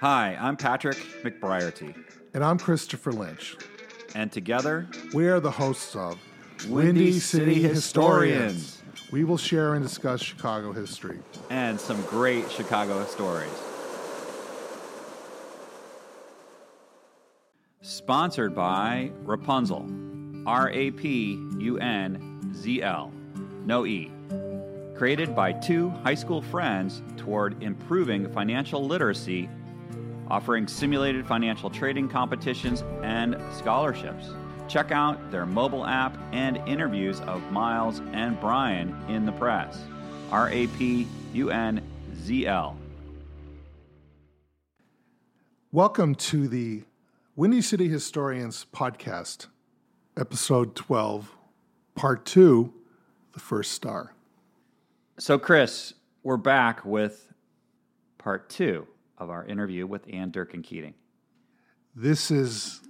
Hi, I'm Patrick McBriarty, And I'm Christopher Lynch. and together, We are the hosts of Windy City Historians. We will share and discuss Chicago history. and some great Chicago stories. Sponsored by Rapunzel, R A P U N Z L, no E. Created by two high school friends toward improving financial literacy, offering simulated financial trading competitions and scholarships. Check out their mobile app and interviews of Miles and Brian in the press. R A P U N Z L. Welcome to the Windy City Historians podcast, episode 12, part two The First Star. So, Chris, we're back with part two of our interview with Ann Durkin Keating. This is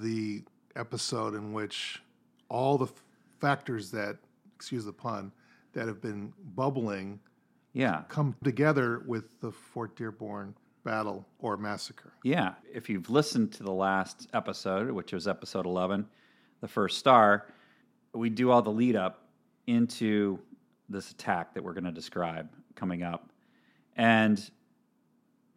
the episode in which all the f- factors that, excuse the pun, that have been bubbling Yeah. come together with the Fort Dearborn battle or massacre. Yeah. If you've listened to the last episode, which was episode 11, the first star, we do all the lead up into this attack that we're going to describe coming up. And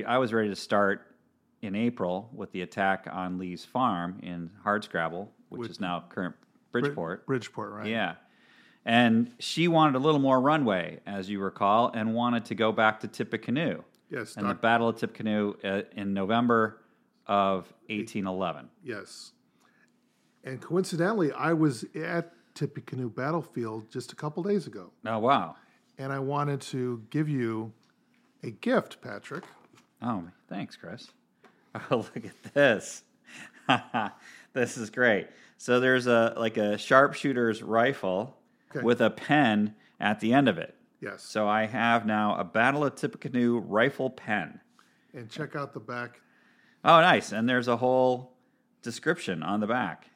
I was ready to start in April with the attack on Lee's farm in Hardscrabble, which is now current Bridgeport. Bridgeport, right? Yeah. And she wanted a little more runway, as you recall, and wanted to go back to Tippecanoe Yes, and the doc- Battle of Tippecanoe uh, in November of 1811. yes. And coincidentally, I was at Tippecanoe Battlefield just a couple days ago, Oh, wow. and I wanted to give you a gift, Patrick. Oh, thanks, Chris. Oh, look at this. this is great. So there's a like a sharpshooter's rifle Okay. with a pen at the end of it. Yes. So I have now a Battle of Tippecanoe rifle pen. and check out the back. Oh, nice. And there's a whole description on the back.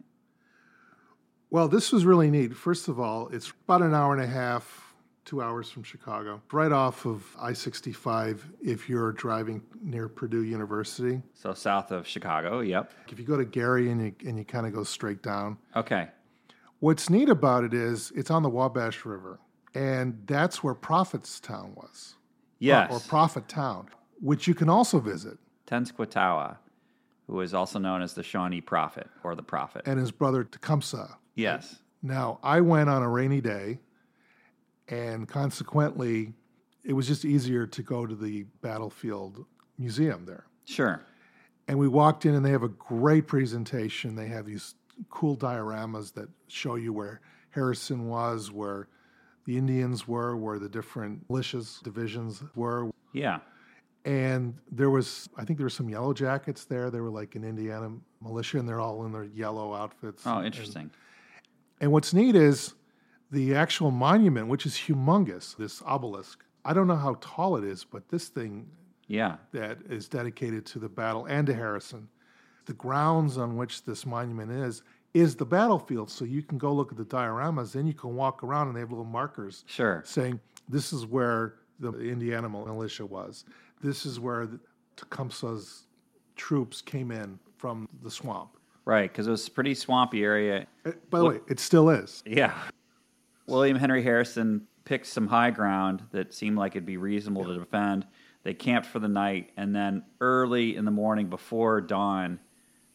Well, this was really neat. First of all, it's about an hour and a half, two hours from Chicago, right off of I 65 if you're driving near Purdue University. So south of Chicago. Yep. If you go to Gary and you, and you kind of go straight down, Okay. What's neat about it is it's on the Wabash River, and that's where Prophetstown was, Yes. or Prophet Town, which you can also visit. Tenskwatawa, who is also known as the Shawnee Prophet or the Prophet. And his brother Tecumseh. yes. Now, I went on a rainy day, and consequently, it was just easier to go to the battlefield museum there. Sure. And we walked in, and they have a great presentation. They have these cool dioramas that show you where Harrison was, where the Indians were, where the different militias divisions were. Yeah. And there was, I think there were some yellow jackets there. They were like an Indiana militia, and they're all in their yellow outfits. Oh, interesting. And what's neat is the actual monument, which is humongous, this obelisk. I don't know how tall it is, but this thing Yeah. that is dedicated to the battle and to Harrison. The grounds on which this monument is is the battlefield. So you can go look at the dioramas, then you can walk around and they have little markers Sure. saying this is where the Indiana militia was. This is where the Tecumseh's troops came in from the swamp. Right. Because it was a pretty swampy area. Uh, By the way, it still is. Yeah. William Henry Harrison picked some high ground that seemed like it'd be reasonable to defend. They camped for the night, and then early in the morning, before dawn,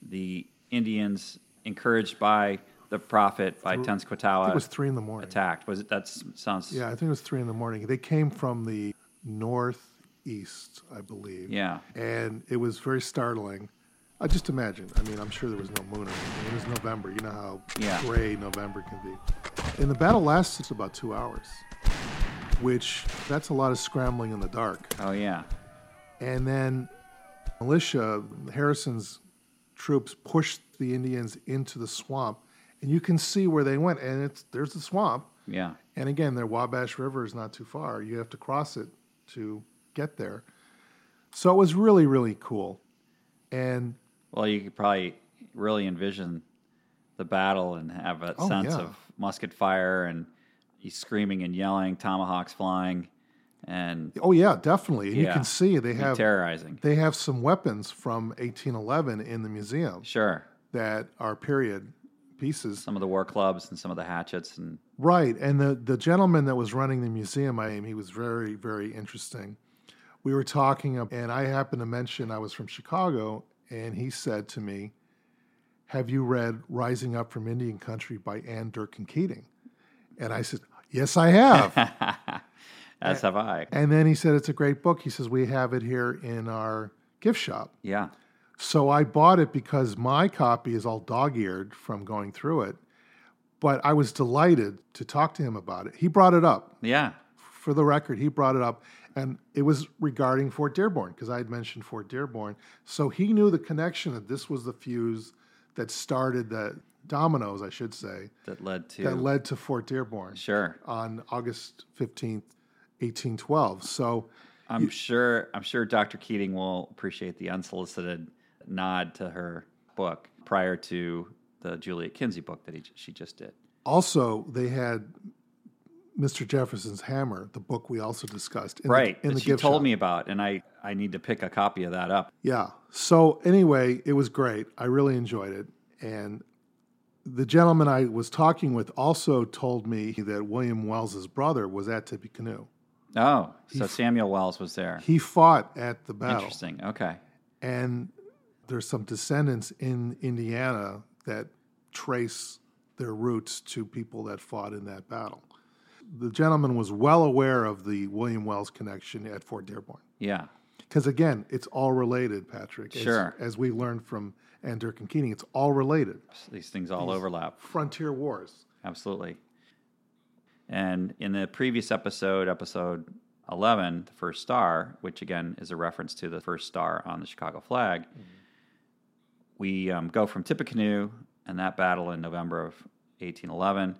the Indians, encouraged by the prophet by It was Tenskwatawa, three in the morning. attacked. Was it? That sounds. Yeah, I think it was three in the morning. They came from the northeast, I believe. Yeah. And it was very startling. I just imagine. I mean, I'm sure there was no moon. or anything. It was November. You know how Yeah. gray November can be. And the battle lasts about two hours, which that's a lot of scrambling in the dark. Oh yeah. And then militia, Harrison's troops pushed the Indians into the swamp. And you can see where they went. And it's there's the swamp. Yeah. And again, the Wabash River is not too far. You have to cross it to get there. So it was really, really cool. And Well, you could probably really envision the battle and have a Oh, sense yeah. of musket fire and you screaming and yelling, tomahawks flying, and Oh yeah, definitely. And you Yeah. can see they have terrorizing. they have some weapons from 1811 in the museum Sure. that are period pieces. Some of the war clubs and some of the hatchets and Right. And the, the gentleman that was running the museum, I am, he was very, very interesting. We were talking, ab- and I happened to mention I was from Chicago, and he said to me, Have you read Rising Up from Indian Country by Anne Durkin Keating? And I said, Yes, I have. as have I. and then he said, It's a great book. He says, We have it here in our gift shop. Yeah. So I bought it because my copy is all dog eared from going through it. But I was delighted to talk to him about it. He brought it up Yeah. for the record, he brought it up, and it was regarding Fort Dearborn because I had mentioned Fort Dearborn. So he knew the connection that this was the fuse that started the dominoes, I should say, That led to that led to Fort Dearborn Sure. on August 15th, 1812. So I'm sure I'm sure Dr. Keating will appreciate the unsolicited nod to her book prior to the Juliet Kinsey book that he, she just did. also, they had Mr. Jefferson's Hammer, the book we also discussed. In right. The, in that the she gift told shop. me about and I I need to pick a copy of that up. Yeah. So anyway, it was great. I really enjoyed it. And the gentleman I was talking with also told me that William Wells's brother was at Tippecanoe. Oh, so Samuel Wells was there. He fought at the battle. Interesting. Okay. And there's some descendants in Indiana that trace their roots to people that fought in that battle. The gentleman was well aware of the William Wells connection at Fort Dearborn. Yeah. Because again, it's all related, Patrick. As, Sure. As we learned from Ann Durkin Keating, it's all related. These things all overlap. Frontier Wars. Absolutely. And in the previous episode, episode 11, the first star, which again is a reference to the first star on the Chicago flag, Mm-hmm. we um, go from Tippecanoe and that battle in November of 1811.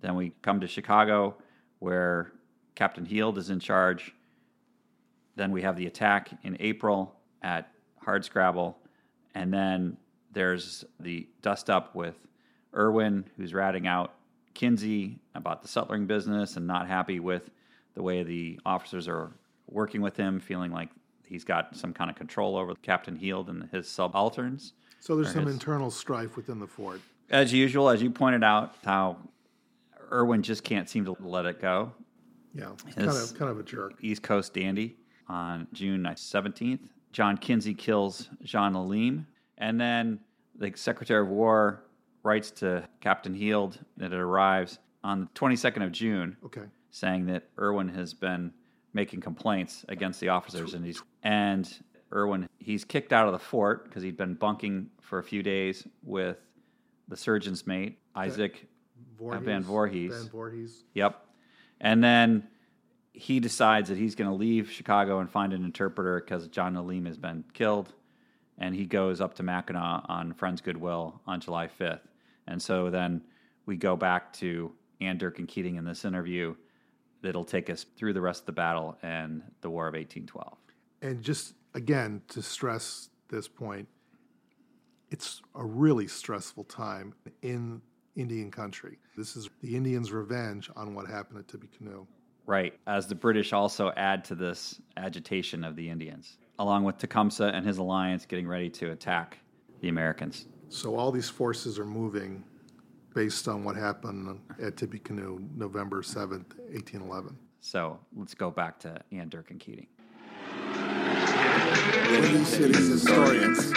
Then we come to Chicago, where Captain Heald is in charge. Then we have the attack in April at Hardscrabble. And then there's the dust up with Irwin, who's ratting out Kinsey about the settling business and not happy with the way the officers are working with him, feeling like he's got some kind of control over Captain Heald and his subalterns. So there's some his- internal strife within the fort. As usual, as you pointed out, how Irwin just can't seem to let it go. Yeah. It's kind Yes. of kind of a jerk. East Coast Dandy on June 17th. John Kinsey kills Jean Aleem. And then the Secretary of War writes to Captain Heald that it arrives on the 22nd of June Okay. saying that Irwin has been making complaints against the officers and he's and Irwin he's kicked out of the fort because he'd been bunking for a few days with the surgeon's mate Isaac Voorhees, Uh, Van Voorhees. Van Voorhees. Yep. And then he decides that he's going to leave Chicago and find an interpreter because John Aleem has been killed. And he goes up to Mackinac on Friends Goodwill on July 5th. And so then we go back to Ann Durkin Keating in this interview that'll take us through the rest of the battle and the War of 1812. And just again to stress this point, it's a really stressful time in Indian country. This is the Indians' revenge on what happened at Tippecanoe. Right, as the British also add to this agitation of the Indians, along with Tecumseh and his alliance getting ready to attack the Americans. So all these forces are moving based on what happened at Tippecanoe, November 7th, 1811. So let's go back to Ann Durkin Keating. Windy City's historians.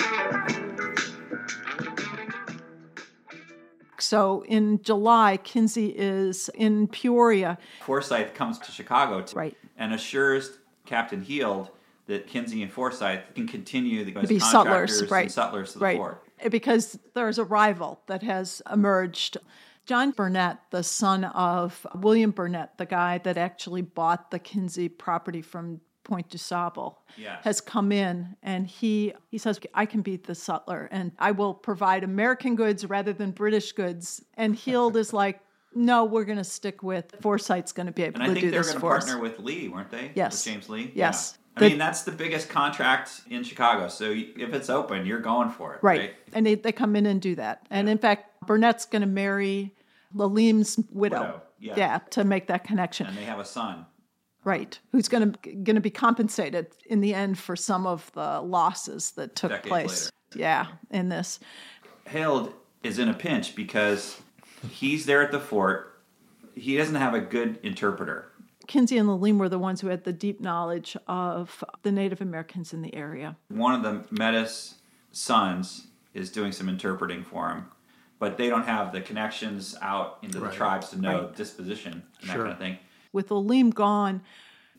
So in July, Kinsey is in Peoria. Forsyth comes to Chicago to, Right. and assures Captain Heald that Kinsey and Forsyth can continue the as Be contractors settlers, right? and settlers to the right. fort. Because there's a rival that has emerged. John Burnett, the son of William Burnett, the guy that actually bought the Kinsey property from Point du Sable, Yes. has come in and he he says, I can be the sutler and I will provide American goods rather than British goods. And Heald is like, No, we're gonna stick with Foresight's gonna be able And I to think do they were this going to for us. partner with Lee, weren't they? Yes. With James Lee? Yes. Yeah. I The- mean, that's the biggest contract in Chicago. So y- if it's open, you're going for it. Right. And they, they come in and do that. And in fact, Burnett's going to marry Lalim's widow. Widow, yeah. to make that connection. And they have a son. Right. Who's going to going to be compensated in the end for some of the losses that took Decades place? Yeah, in this. Hailed is in a pinch because he's there at the fort. He doesn't have a good interpreter. Kinsey and Lalime were the ones who had the deep knowledge of the Native Americans in the area. One of the Metis sons is doing some interpreting for him, but they don't have the connections out into the tribes to know disposition and that Sure. kind of thing. With Lalime gone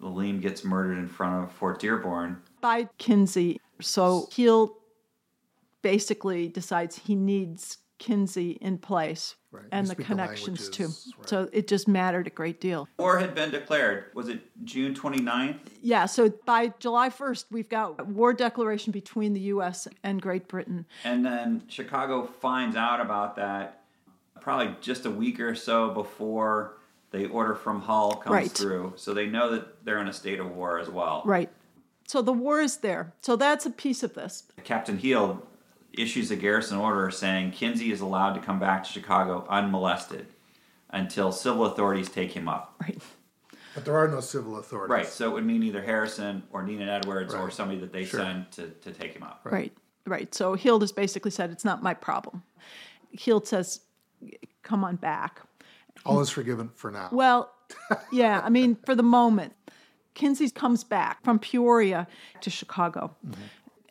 Lalime gets murdered in front of Fort Dearborn. by Kinsey, so he'll basically decides he needs Kinsey in place Right. You and the speak the connections too. languages, right. So it just mattered a great deal. War had been declared. Was it June 29th? Yeah, so by July 1st, we've got a war declaration between the US and Great Britain. And then Chicago finds out about that probably just a week or so before the order from Hull comes Right. through. So they know that they're in a state of war as well. Right. So the war is there. So that's a piece of this. Captain Heald issues a garrison order saying Kinsey is allowed to come back to Chicago unmolested until civil authorities take him up. Right. But there are no civil authorities. Right. So it would mean either Harrison or Nina Edwards or Right. somebody that they Sure. send to, to take him up. Right. Right. So Heald has basically said, it's not my problem. Heald says, come on back. All is forgiven for now. Well, yeah, I mean, for the moment, Kinsey comes back from Peoria to Chicago.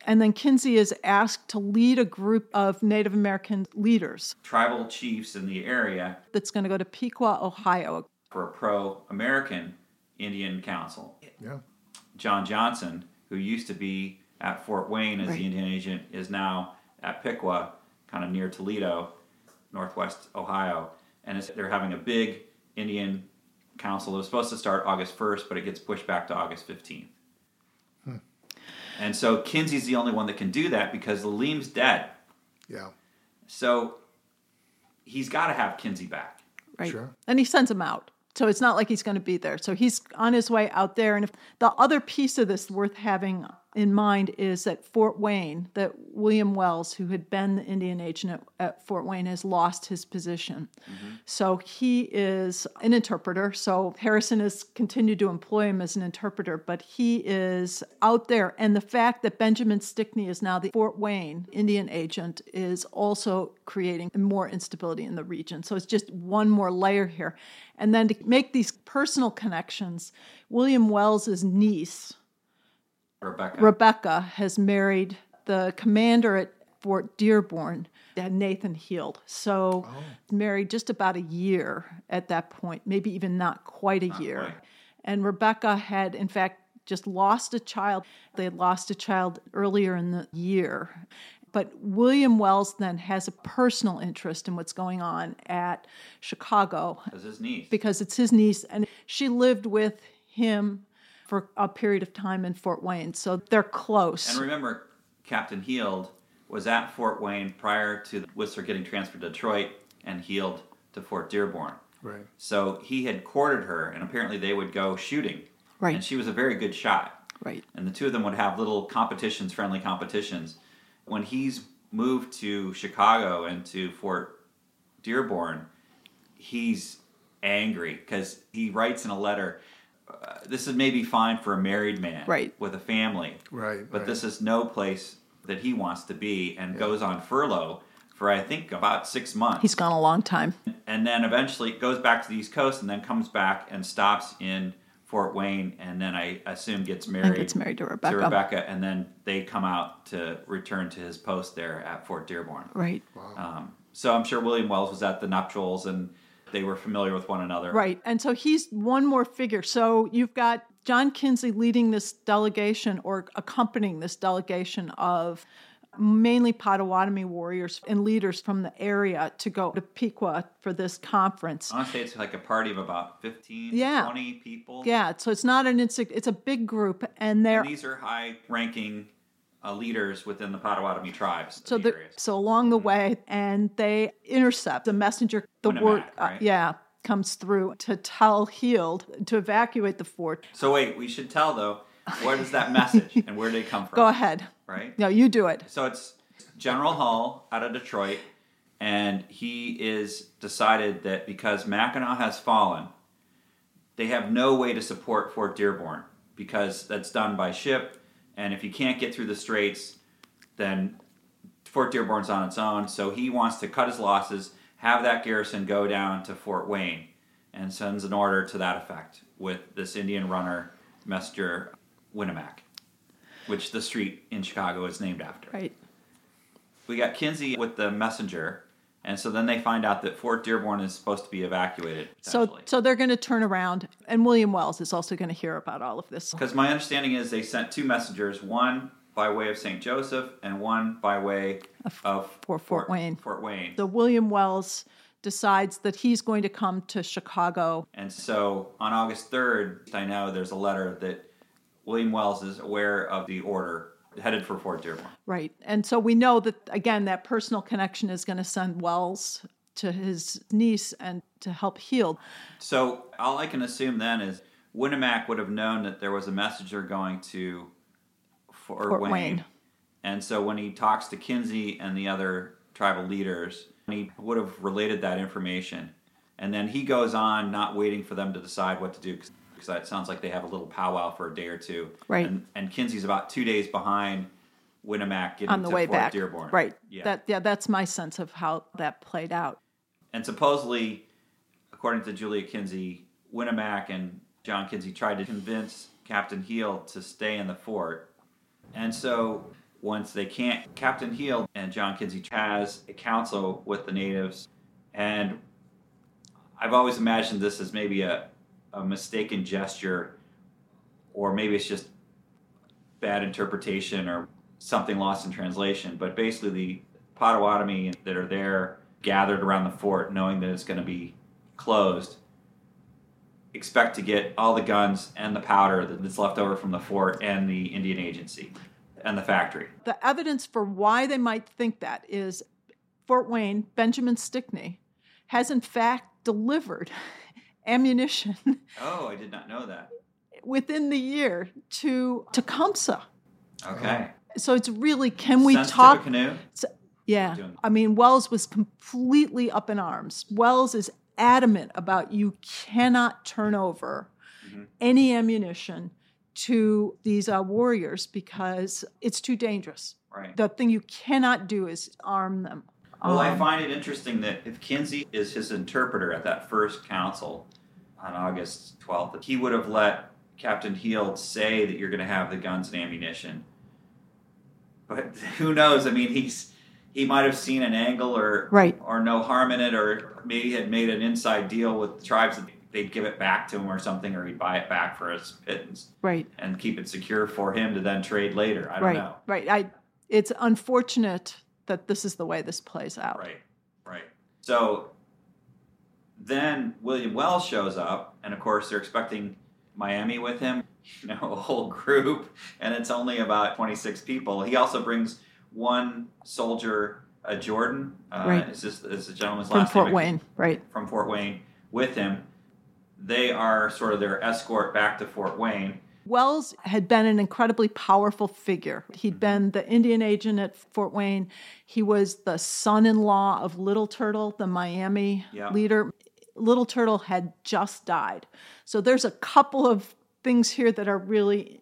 And then Kinsey is asked to lead a group of Native American leaders Tribal chiefs in the area that's going to go to Pequot, Ohio. for a pro American Indian council. yeah. John Johnson, who used to be at Fort Wayne as Right. the Indian agent, is now at Piqua, kind of near Toledo, northwest Ohio. And it's, they're having a big Indian council. It was supposed to start August 1st, but it gets pushed back to August 15th. And so Kinsey's the only one that can do that because Lalim's dead. Yeah. So he's got to have Kinsey back. Right. Sure. And he sends him out. So it's not like he's going to be there. So he's on his way out there. And if the other piece of this worth having in mind is that Fort Wayne, that William Wells, who had been the Indian agent at, at Fort Wayne, has lost his position. So he is an interpreter. So Harrison has continued to employ him as an interpreter, but he is out there. And the fact that Benjamin Stickney is now the Fort Wayne Indian agent is also creating more instability in the region. So it's just one more layer here. And then to make these personal connections, William Wells's niece, Rebecca. Rebecca, has married the commander at Fort Dearborn, Nathan Heald. So married just about a year at that point, maybe even not quite a year. quite. And Rebecca had, in fact, just lost a child. They had lost a child earlier in the year. But William Wells then has a personal interest in what's going on at Chicago That's his niece. because it's his niece and she lived with him for a period of time in Fort Wayne. So they're close. And remember, Captain Heald was at Fort Wayne prior to the Whistler getting transferred to Detroit and Heald to Fort Dearborn. Right. So he had courted her, and apparently they would go shooting. Right. And she was a very good shot. right. And the two of them would have little competitions, friendly competitions. When he's moved to Chicago and to Fort Dearborn, he's angry because he writes in a letter. Uh, this is maybe fine for a married man Right. with a family Right, but right. this is no place that he wants to be and goes on furlough for i think about six months He's gone a long time. and then eventually goes back to the east coast and then comes back and stops in fort wayne and then i assume gets married gets married to Rebecca. to rebecca and then they come out to return to his post there at fort dearborn Right. um, so i'm sure william wells was at the nuptials and they were familiar with one another Right. And so he's one more figure. So you've got John Kinsey leading this delegation or accompanying this delegation of mainly Potawatomi warriors and leaders from the area to go to Pequot for this conference. honestly it's like a party of about 15 Yeah. 20 people Yeah, so it's not an insect, it's a big group and they're And these are high ranking uh, leaders within the Potawatomi tribes. so of the the, areas. so along Mm-hmm. the way and they intercept the messenger the Winnemac, word uh, right? yeah comes through to tell healed to evacuate the fort So wait, we should tell though, where does that message and where did it come from? go ahead Right? no you do it So it's General Hull out of Detroit, and he is decided that because Mackinac has fallen, They have no way to support Fort Dearborn because that's done by ship. And if you can't get through the straits, then Fort Dearborn's on its own. So he wants to cut his losses, have that garrison go down to Fort Wayne, and sends an order to that effect with this Indian runner, Mester Winnemac, which the street in Chicago is named after. Right. We got Kinsey with the messenger, and so then they find out that Fort Dearborn is supposed to be evacuated. So, so they're going to turn around, and William Wells is also going to hear about all of this. because my understanding is they sent two messengers, one by way of St. Joseph and one by way of Fort- Fort Wayne. Fort Wayne. So William Wells decides that he's going to come to Chicago. And so on August 3rd, I know there's a letter that William Wells is aware of the order headed for Fort Dearborn. Right. And so we know that, again, that personal connection is going to send Wells to his niece and to help heal. So all I can assume then is Winnemac would have known that there was a messenger going to Fort, Fort Wayne. Wayne. And so when he talks to Kinsey and the other tribal leaders, he would have related that information. And then he goes on, not waiting for them to decide what to do, because that sounds like they have a little powwow for a day or two. Right. And, and Kinsey's about two days behind Winnemac getting on the to way Fort back. Dearborn. Right. Yeah. That yeah, that's my sense of how that played out. And supposedly, according to Julia Kinsey, Winnemac and John Kinsey tried to convince Captain Heel to stay in the fort. And so, once they can't, Captain Heel and John Kinsey has a council with the natives. And I've always imagined this as maybe a, a mistaken gesture, or maybe it's just bad interpretation or something lost in translation. But basically, the Potawatomi that are there gathered around the fort, knowing that it's going to be closed, expect to get all the guns and the powder that's left over from the fort and the Indian Agency and the factory. The evidence for why they might think that is Fort Wayne, Benjamin Stickney, has in fact delivered ammunition Oh, I did not know that. within the year to Tecumseh. Okay. So it's really can we Sense talk Tippecanoe? So, yeah. doing- I mean, Wells was completely up in arms. Wells is adamant about you cannot turn over Mm-hmm. any ammunition to these uh, warriors because it's too dangerous. Right. The thing you cannot do is arm them. Well, Oh, I Um, find it interesting that if Kinsey is his interpreter at that first council on August 12th, he would have let Captain Heald say that you're going to have the guns and ammunition. But who knows? I mean, he's he might have seen an angle or Right. or no harm in it, or maybe had made an inside deal with the tribes that they'd give it back to him or something, or he'd buy it back for his pittance right. and keep it secure for him to then trade later. I don't Right. know. Right. I, it's unfortunate that this is the way this plays out. Right, right. So then William Wells shows up, and of course they're expecting Miami with him, you know, a whole group, and it's only about 26 people. He also brings one soldier, a Jordan, uh, Right. is this is the gentleman's From last Fort name? I can't- Wayne. Right. from Fort Wayne with him. They are sort of their escort back to Fort Wayne. Wells had been an incredibly powerful figure. he Mm-hmm. had been the Indian agent at Fort Wayne. He was the son in law of Little Turtle, the Miami Yeah. leader. Little Turtle had just died. So there's a couple of things here that are really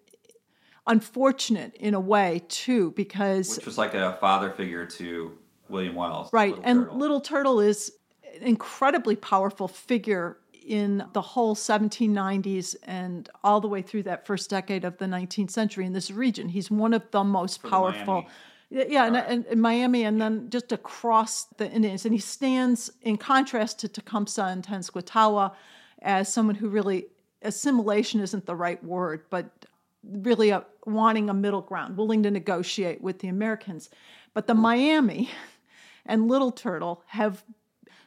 unfortunate in a way, too, because Which was like a father figure to William Wells. Right. Little and Turtle. Little Turtle is an incredibly powerful figure in the whole 1790s and all the way through that first decade of the 19th century in this region. He's one of the most the powerful. Yeah, yeah, and, and, and Miami, and then just across the Indians. And he stands in contrast to Tecumseh and Tenskwatawa as someone who really, assimilation isn't the right word, but really a, wanting a middle ground, willing to negotiate with the Americans. But the Miami and Little Turtle have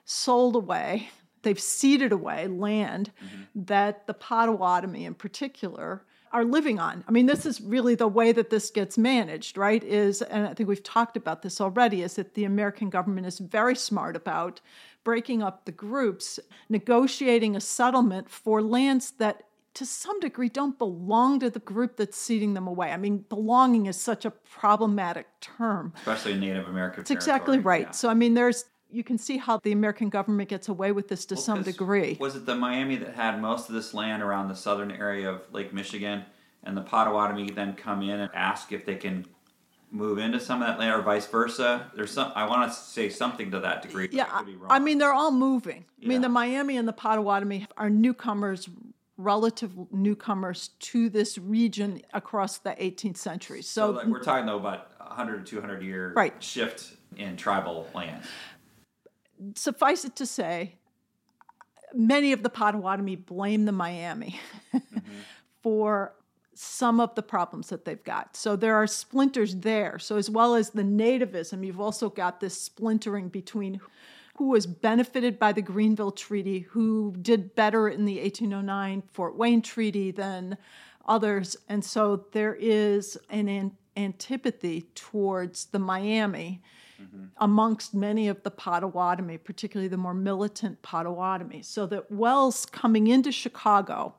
sold away, they've ceded away land that the Potawatomi in particular are living on. I mean, this is really the way that this gets managed, right? Is, and I think we've talked about this already, is that the American government is very smart about breaking up the groups, negotiating a settlement for lands that to some degree don't belong to the group that's ceding them away. I mean, belonging is such a problematic term. Especially in Native American That's exactly right. So I mean, there's You can see how the American government gets away with this to Well, some 'cause degree. Was it the Miami that had most of this land around the southern area of Lake Michigan, and the Potawatomi then come in and ask if they can move into some of that land, or vice versa? There's some. I want to say something to that degree. but Yeah, I could I- be wrong. I mean, they're all moving. I Yeah. mean, the Miami and the Potawatomi are newcomers, relative newcomers to this region across the 18th century. so So, like we're talking though about a 100 to 200 year Right. shift in tribal land. suffice it to say, many of the Potawatomi blame the Miami for some of the problems that they've got. So there are splinters there. So, as well as the nativism, you've also got this splintering between who was benefited by the Greenville Treaty, who did better in the 1809 Fort Wayne Treaty than others. And so there is an an- antipathy towards the Miami amongst many of the Potawatomi, particularly the more militant Potawatomi. So that Wells coming into Chicago,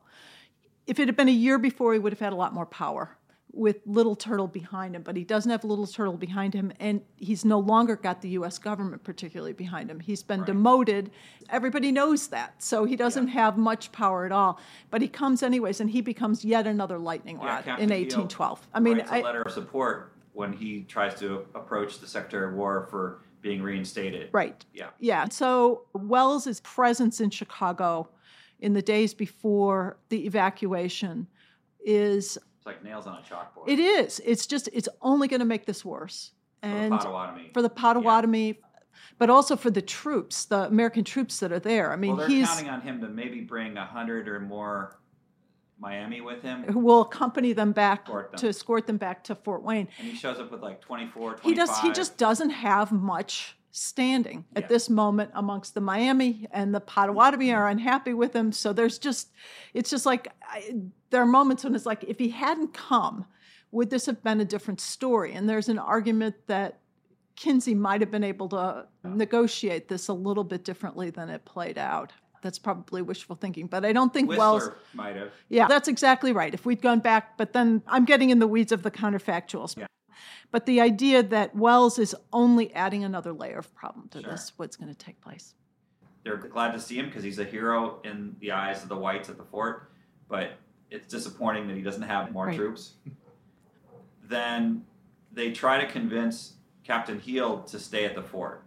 if it had been a year before, he would have had a lot more power with Little Turtle behind him, but he doesn't have Little Turtle behind him, and he's no longer got the US government particularly behind him. He's been demoted. Everybody knows that. So he doesn't have much power at all. But he comes anyways, and he becomes yet another lightning Yeah, rod Captain in Neal 1812. I mean, writes a I, letter of support when he tries to approach the Secretary of War for being reinstated. Right. Yeah. Yeah. So Wells's presence in Chicago in the days before the evacuation is It's like nails on a chalkboard. it is. It's just it's only going to make this worse. for the And Potawatomi. for the Potawatomi, but also for the troops, the American troops that are there. I mean, well, they're he's counting on him to maybe bring a hundred or more Miami with him, and who will accompany them back Escort them. to escort them back to Fort Wayne. he shows up with like 24, 25. he does he just doesn't have much standing Yeah. at this moment amongst the Miami and the Potawatomi are unhappy with him so there's just it's just like I, there are moments when it's like if he hadn't come would this have been a different story and there's an argument that Kinsey might have been able to negotiate this a little bit differently than it played out that's probably wishful thinking but I don't think Whistler Wells might have. yeah, that's exactly right. If we'd gone back, but then I'm getting in the weeds of the counterfactuals. Yeah. But the idea that Wells is only adding another layer of problem to Sure. this, what's going to take place. They're glad to see him because he's a hero in the eyes of the whites at the fort, but it's disappointing that he doesn't have more Right. troops. Then they try to convince Captain Heald to stay at the fort.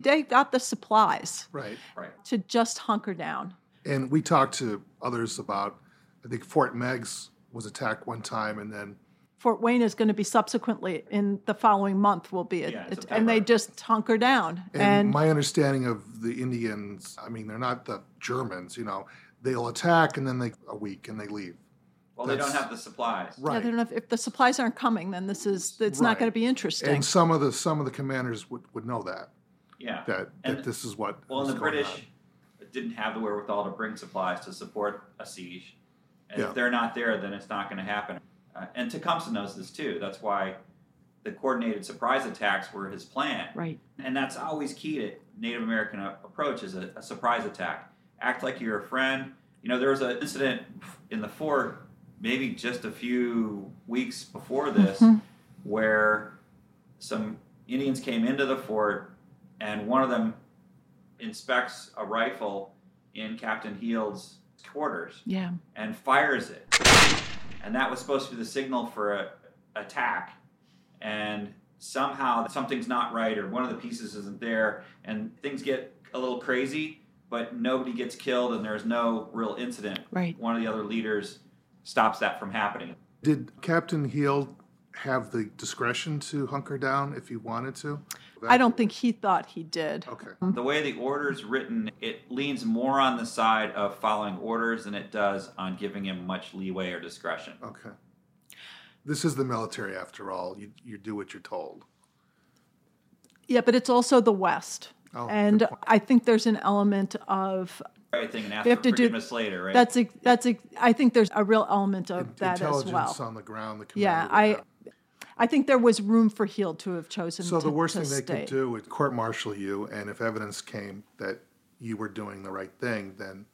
They got the supplies Right. Right. to just hunker down. And we talked to others about, I think Fort Meigs was attacked one time, and then Fort Wayne is going to be subsequently in the following month will be it, Yeah, in it- September. and they just hunker down and, and my understanding of the Indians, I mean, they're not the Germans, you know, they'll attack and then they a week and they leave. Well, they That's- don't have the supplies. yeah, Right. they don't have, if the supplies aren't coming, then this is it's Right. not going to be interesting. and some of the some of the commanders would, would know that Yeah. that, And- that this is what Well, and was the going British on. didn't have the wherewithal to bring supplies to support a siege. And Yeah. if they're not there, then it's not going to happen. Uh, and Tecumseh knows this too. That's why the coordinated surprise attacks were his plan. right. And that's always key to Native American a- approach is a, a surprise attack. Act like you're a friend. You know, there was an incident in the fort maybe just a few weeks before this where some Indians came into the fort and one of them inspects a rifle in Captain Heald's quarters Yeah. and fires it. And that was supposed to be the signal for a attack. And somehow something's not right or one of the pieces isn't there and things get a little crazy, but nobody gets killed and there's no real incident. Right. One of the other leaders stops that from happening. Did Captain Heald have the discretion to hunker down if he wanted to? I don't think he thought he did. Okay. The way the order's written, it leans more on the side of following orders than it does on giving him much leeway or discretion. Oh. Okay. This is the military after all. You you do what you're told. Yeah, but it's also the West. Oh, and good point. I think there's an element of Right thing and ask They have for to do- forgiveness later, right? that's a, that's a, I think there's a real element of that as Intelligence well. on the ground, the yeah, commander would I have. I think there was room for Heald to have chosen. So to- the worst to thing they stay. could do would court martial you, and if evidence came that you were doing the right thing, then,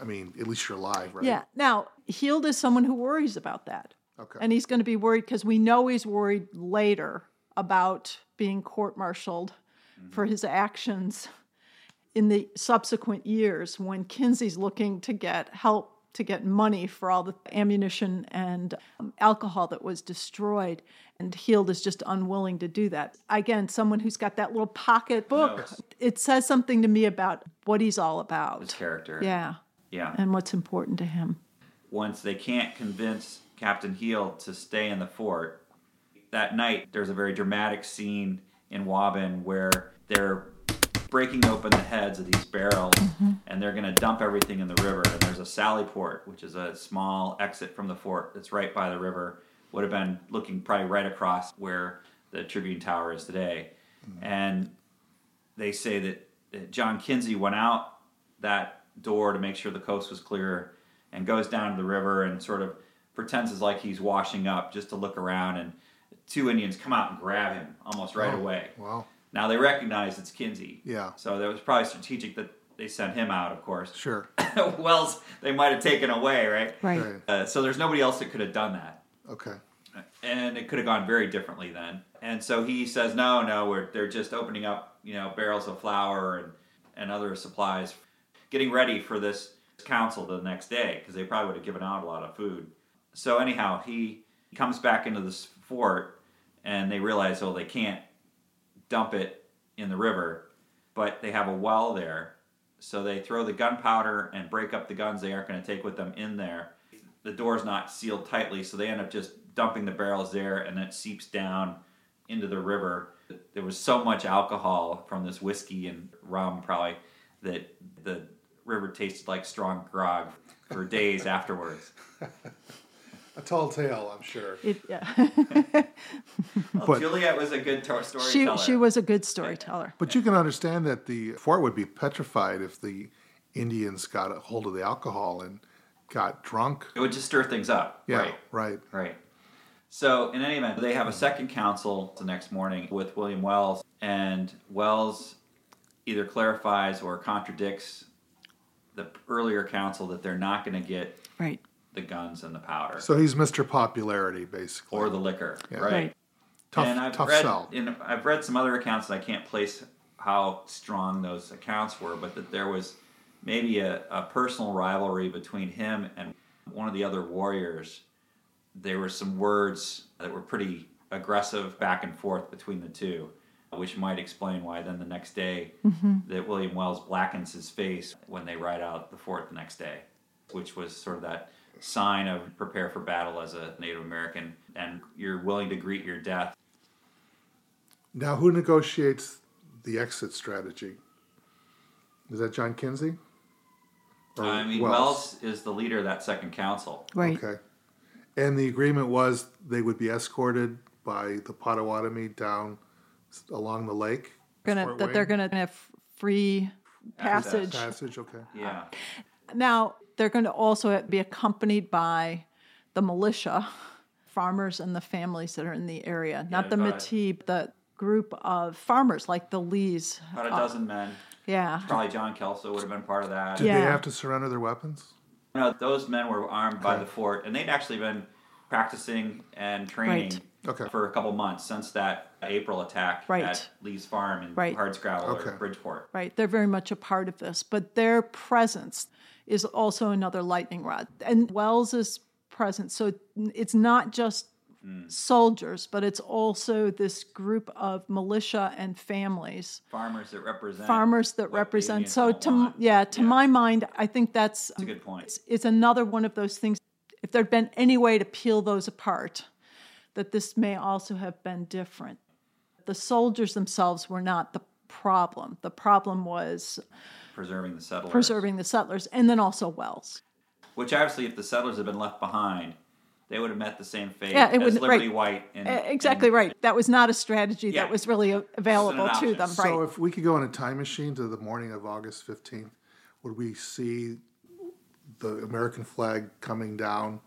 I mean, at least you're alive, right? Yeah. Now Heald is someone who worries about that, Okay. and he's going to be worried because we know he's worried later about being court-martialed for his actions in the subsequent years when Kinsey's looking to get help to get money for all the ammunition and um, alcohol that was destroyed. And Heald is just unwilling to do that. Again, someone who's got that little pocket book, Notes. it says something to me about what he's all about. His character. Yeah. Yeah. And what's important to him. Once they can't convince Captain Heald to stay in the fort, that night there's a very dramatic scene in Wabin where they're breaking open the heads of these barrels and they're going to dump everything in the river. And there's a sally port, which is a small exit from the fort that's right by the river. Would have been looking probably right across where the Tribune Tower is today. And they say that, that John Kinsey went out that door to make sure the coast was clear and goes down to the river and sort of pretends as like he's washing up just to look around and two Indians come out and grab him almost right Oh, away. Wow. Now they recognize it's Kinsey. Yeah. So that was probably strategic that they sent him out, of course. Sure. Wells they might have taken away, right? Okay. Uh, so there's nobody else that could have done that Okay. and it could have gone very differently then. And so he says, "No, no, we're they're just opening up, you know, barrels of flour and and other supplies, getting ready for this council the next day because they probably would have given out a lot of food." So anyhow, he comes back into this fort, and they realize, oh, they can't dump it in the river, but they have a well there. So they throw the gunpowder and break up the guns they aren't going to take with them in there. The door's not sealed tightly, so they end up just dumping the barrels there and it seeps down into the river. There was so much alcohol from this whiskey and rum, probably, that the river tasted like strong grog for days afterwards. A tall tale, I'm sure. It, yeah. Well, But- Juliet was a good tor- storyteller. she, she was a good storyteller. But you can understand that the fort would be petrified if the Indians got a hold of the alcohol and got drunk. It would just stir things up. Yeah, Right. right. Right. So, in any event, they have a second council the next morning with William Wells, and Wells either clarifies or contradicts the earlier council that they're not going to get Right. the guns and the powder So he's Mr. Popularity, basically. or the liquor, Right. right? tough, and I've tough read, sell. And I've read some other accounts, and I can't place how strong those accounts were, but that there was maybe a, a personal rivalry between him and one of the other warriors. There were some words that were pretty aggressive back and forth between the two, which might explain why then the next day Mm-hmm. that William Wells blackens his face when they ride out the fort the next day, which was sort of that sign of prepare for battle as a Native American and you're willing to greet your death Now, who negotiates the exit strategy? Is that John Kinsey? Or I mean, Wells? is the leader of that second council. Right. Okay. And the agreement was they would be escorted by the Potawatomi down s- along the lake. Gonna- Fort that they're Wayne? going to have free Access. passage. Passage, okay. Yeah. Now, they're going to also be accompanied by the militia, farmers, and the families that are in the area. Not the about- Métis, but the group of farmers like the Lees. About a dozen men. Yeah. Probably John Kelso would have been part of that. Did Yeah. they have to surrender their weapons? No, those men were armed by the fort, and they'd actually been practicing and training Right. Okay. for a couple months since that April attack Right. at Lee's Farm in Right. Hardscrabble Okay. or Bridgeport. Right. They're very much a part of this, but their presence is also another lightning rod. And Wells is present. So it's not just Hmm. soldiers, but it's also this group of militia and families. Farmers that represent. farmers that what the represent. Indians So don't to m- want. yeah, to my mind, I think that's That's a good point. It's, it's another one of those things. If there'd been any way to peel those apart, that this may also have been different. The soldiers themselves were not the problem. The problem was Preserving the settlers. preserving the settlers, and then also Wells. Which obviously, if the settlers had been left behind, they would have met the same fate Yeah, it as would- Liberty right. White. And, E- Exactly right. That was not a strategy Yeah. that was really a- available to option. them. So Right. if we could go on a time machine to the morning of August 15th, would we see the American flag coming down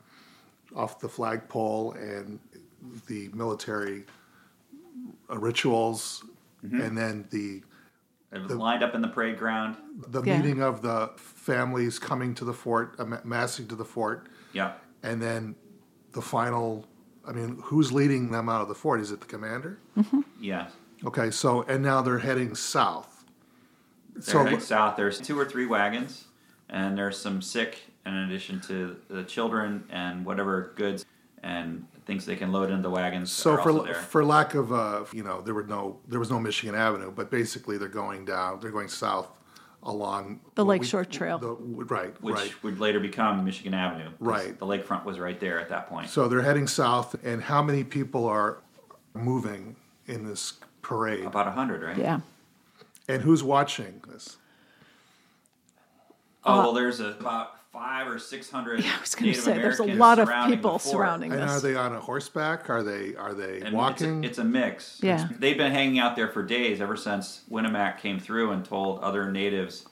off the flagpole and the military uh, rituals and then the It was lined up in the parade ground. the Yeah. meeting of the families coming to the fort, am- massing to the fort, Yeah. and then Mm. the final I mean, who's leading them out of the fort? Is it the commander? Yeah. Okay, so and now they're heading south. They're heading south. There's two or three wagons, and there's some sick in addition to the children and whatever goods and things they can load into the wagons. So are also for there. for lack of uh, you know, there were no there was no Michigan Avenue, but basically they're going down, they're going south along The what we- Lakeshore Trail. the- right, which right. would later become Michigan Avenue. 'cause Right. The lakefront was right there at that point. So they're heading south, and how many people are moving in this parade? About a hundred, right? Yeah. And who's watching this? Oh well, there's a, about five or six hundred. Uh, I was going to Native say there's a Americans lot of surrounding the people fort. surrounding And are this. they on a horseback? Are they are they And it's a- walking? It's a, mix. Yeah. It's- they've been hanging out there for days ever since Winnemac came through and told other natives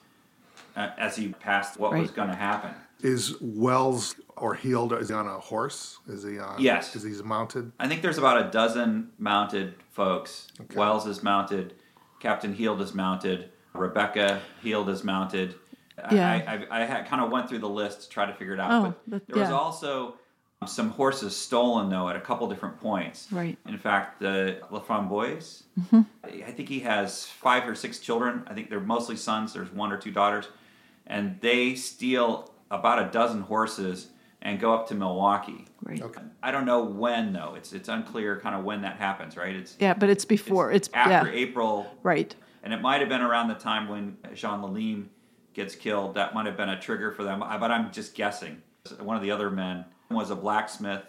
uh, as he passed what was Right. going to happen. is Wells or Heald is he on a horse? Is he on? Yes. Is he mounted? I think there's about a dozen mounted folks. Wells is mounted. Captain Heald is mounted. Rebecca Heald is mounted. I- Yeah. I, I, I kind of went through the list to try to figure it out. Oh, but but- there was yeah. also some horses stolen, though, at a couple different points. Right. Mm-hmm. In fact, the Laframboise, I think he has five or six children. I think they're mostly sons. There's one or two daughters. And they steal about a dozen horses and go up to Milwaukee. Right. Okay. I don't know when though. It's it's unclear kind of when that happens, right? It's Yeah, but it's before. It's, after yeah. April, Right. and it might have been around the time when Jean Lalime gets killed. That might have been a trigger for them. I- But I'm just guessing. One of the other men was a blacksmith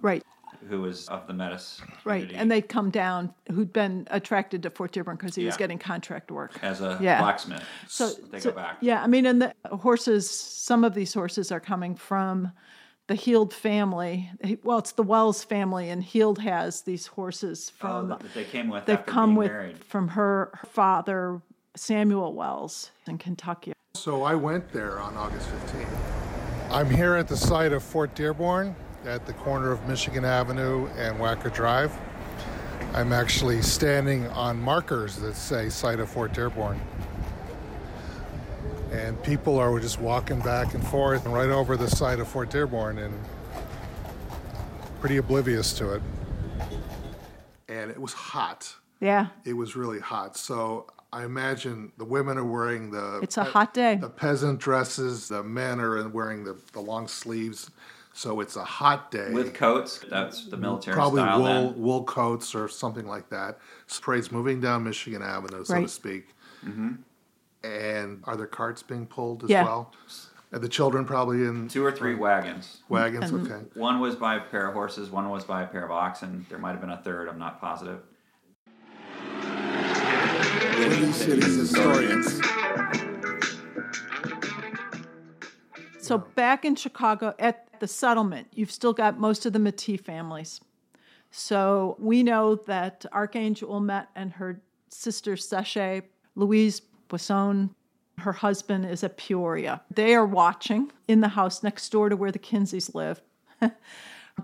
Right. who was of the Metis Right. community And they'd come down who'd been attracted to Fort Dearborn because he was Yeah. getting contract work. as a Yeah. blacksmith. So, they so- go back. Yeah, I mean, and the horses, some of these horses are coming from the Heald family. He- Well, it's the Wells family, and Heald has these horses Oh, from, that- that they came with. they've after come being with married. from her, her father, Samuel Wells in Kentucky. So I went there on August 15th. I'm here at the site of Fort Dearborn at the corner of Michigan Avenue and Wacker Drive. I'm actually standing on markers that say site of Fort Dearborn. And people are just walking back and forth and right over the site of Fort Dearborn and pretty oblivious to it. And it was hot. Yeah, It was really hot. So I imagine the women are wearing the it's a hot day. the peasant dresses, the men are wearing the, the long sleeves, so it's a hot day. with coats. That's the military probably style. wool then. wool coats or something like that. Sprays moving down Michigan Avenue, so to Right. speak. Mm-hmm. And are there carts being pulled as Yeah. well? And the children probably in Two or three wagons. wagons. Okay. One was by a pair of horses, one was by a pair of oxen. There might have been a third, I'm not positive. Windy City's historians. So back in Chicago at the settlement, you've still got most of the Metis families. So we know that Archangel Olmet and her sister Seche, Louise Boisson, her husband is at Peoria. They are watching in the house next door to where the Kinseys live.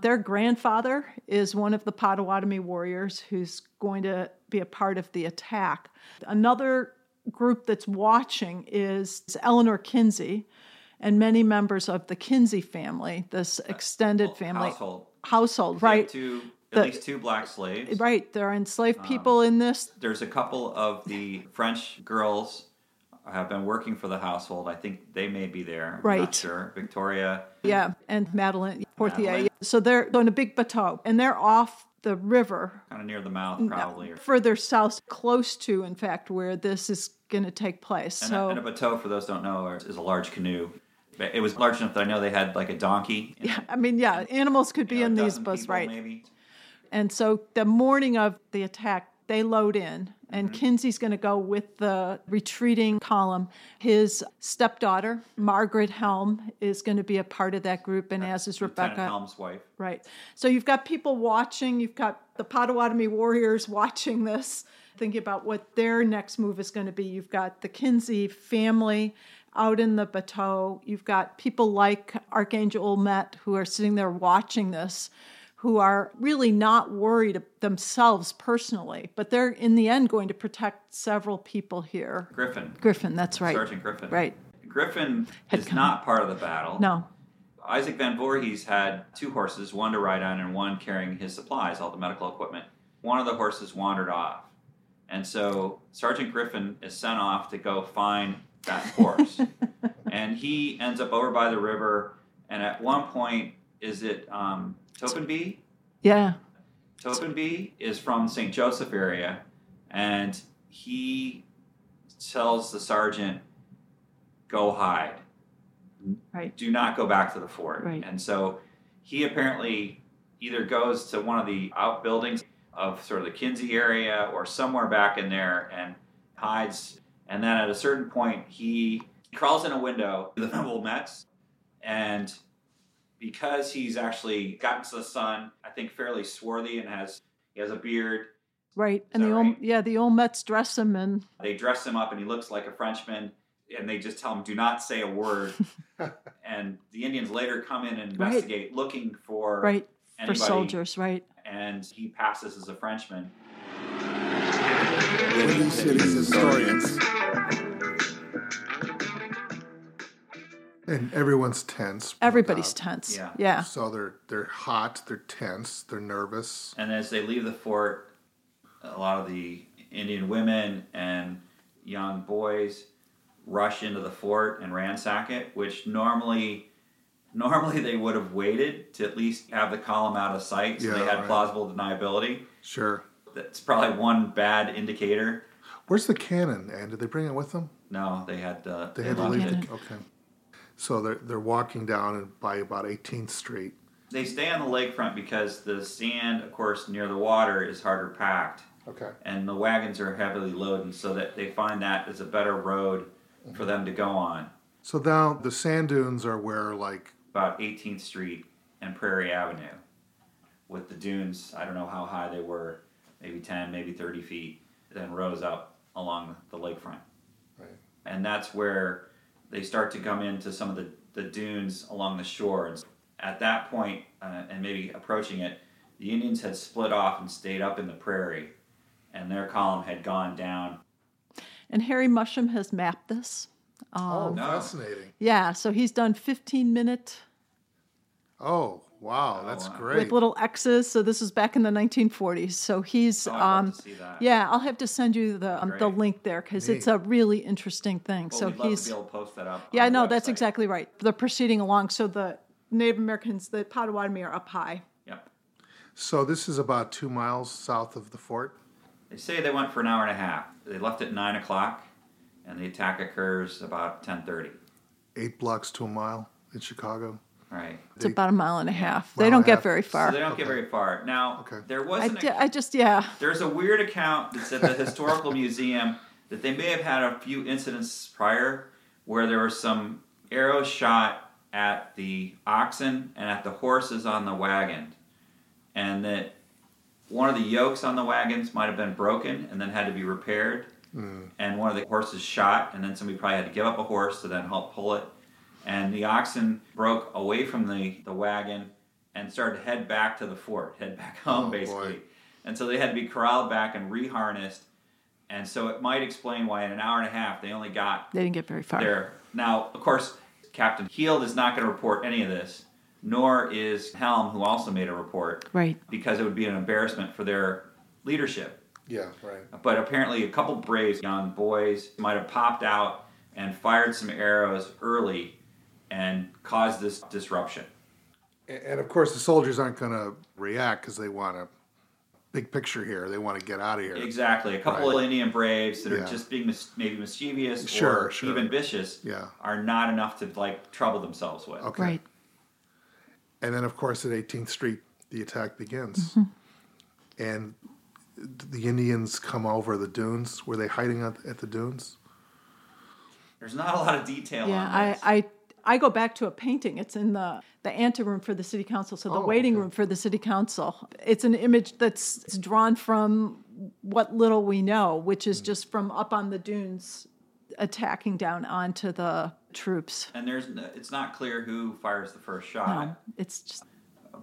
Their grandfather is one of the Potawatomi warriors who's going to be a part of the attack. Another group that's watching is Eleanor Kinsey and many members of the Kinsey family, this extended family Household. household, They have right? Two, at The- least two black slaves. Right, there are Um, enslaved people in this. There's a couple of the French girls have been working for the household. I think they may be there. I'm Not Right. sure. Victoria. Yeah, and Madeline Porthier. Madeline. So they're on a big bateau and they're off the river Kind of near the mouth, probably. or- further south, close to, in fact, where this is going to take place. And, so a, and a bateau, for those who don't know, is a large canoe. But It was large enough that I know they had like a donkey. and, I mean, yeah, animals could you be know, in a these dozen boats, people right? Maybe. And so the morning of the attack, they load in, Mm-hmm. and Kinsey's going to go with the retreating column. His stepdaughter, Margaret Helm, is going to be a part of that group, and as is Lieutenant Rebecca. Helm's wife. Right. So you've got people watching, you've got the Potawatomi warriors watching this, thinking about what their next move is going to be. You've got the Kinsey family out in the bateau. You've got people like Archangel Olmet who are sitting there watching this, who are really not worried themselves personally, but they're in the end going to protect several people here. Griffin. Griffin, that's right. Sergeant Griffin. Right. Griffin Had is come. not part of the battle. No. Isaac Van Voorhees had two horses, one to ride on and one carrying his supplies, all the medical equipment. One of the horses wandered off. And so Sergeant Griffin is sent off to go find that corpse. and he ends up over by the river. And at one point, is it um, Topinbee? Yeah. Topinbee is from St. Joseph area, and he tells the sergeant, "Go hide. Right. Do not go back to the fort." Right. And so he apparently either goes to one of the outbuildings of sort of the Kinsey area or somewhere back in there and hides. And then at a certain point, he crawls in a window, the Noble Mets, and because he's actually gotten to the sun, I think fairly swarthy and has he has a beard. Right. And the that old right? yeah, the old Mets dress him in They dress him up and he looks like a Frenchman and they just tell him do not say a word. and the Indians later come in and Right. investigate looking for right for anybody soldiers, right? and he passes as a Frenchman. Winning City's historians. And everyone's tense. no Everybody's doubt. tense. Uh, Yeah. yeah. So they're they're hot, they're tense, they're nervous. And as they leave the fort, a lot of the Indian women and young boys rush into the fort and ransack it, which normally normally they would have waited to at least have the column out of sight so they Yeah, had right. plausible deniability. Sure. That's probably one bad indicator. Where's the cannon? And did they bring it with them? No, they had uh, They had to left leave it. it. Okay. So they're they're walking down and by about 18th Street. They stay on the lakefront because the sand, of course, near the water is harder packed. Okay. and the wagons are heavily loaded so that they find that is a better road Mm-hmm. for them to go on So now the sand dunes are where like about 18th street and prairie avenue with the dunes i don't know how high they were maybe 10 maybe 30 feet then rose up along the lakefront Right. and that's where they start to come into some of the, the dunes along the shore and at that point uh, and maybe approaching it the indians had split off and stayed up in the prairie and their column had gone down And Harry Musham has mapped this. oh, no. fascinating. Yeah, so he's done 15 minute Oh, wow, that's wow. great. with little X's. So this is back in the 1940s. So he's Oh, I'd love um, to see that. yeah, I'll have to send you the um, the Great. link there because it's Neat. a really interesting thing. Well, so we'd love he's to be able to post that up. yeah, on the no, that's website. exactly right. They're proceeding along. So the Native Americans, the Potawatomi, are up high. Yep. so this is about 2 miles south of the fort. They say they went for an hour and a half. They left at nine o'clock, and the attack occurs about ten thirty. 8 blocks to a mile in Chicago. Right. It's about a mile and a half. Mile they don't and a get half. very So far. they don't get very far. Now Okay. there I, was an, di- I just yeah. there's a weird account that's at the historical museum that they may have had a few incidents prior where there were some arrows shot at the oxen and at the horses on the wagon, and that one of the yokes on the wagons might have been broken and then had to be repaired. Mm. And one of the horses shot, and then somebody probably had to give up a horse to then help pull it. And the oxen broke away from the, the wagon and started to head back to the fort, head back home, Oh, boy. basically. And so they had to be corralled back and reharnessed. And so it might explain why in an hour and a half they only got They didn't get very far. there. Now, of course, Captain Heald is not going to report any of this, nor is Helm, who also made a report, Right. because it would be an embarrassment for their leadership. Yeah, right. But apparently, a couple brave young boys might have popped out and fired some arrows early and caused this disruption. And, and of course, the soldiers aren't going to react because they want a big picture here. They want to get out of here. Exactly. A couple Right. of Indian braves that Yeah. are just being mis- maybe mischievous Sure, or sure. even vicious Yeah. are not enough to like trouble themselves with. Okay. Right. And then, of course, at 18th Street, the attack begins. Mm-hmm. And the Indians come over the dunes. Were they hiding at, at the dunes? There's not a lot of detail Yeah, on this. I, I I go back to a painting. It's in the the anteroom for the city council, so the Oh, waiting okay. room for the city council. It's an image that's it's drawn from what little we know, which is just from up on the dunes, attacking down onto the troops. and there's n- it's not clear who fires the first Um, shot, it's just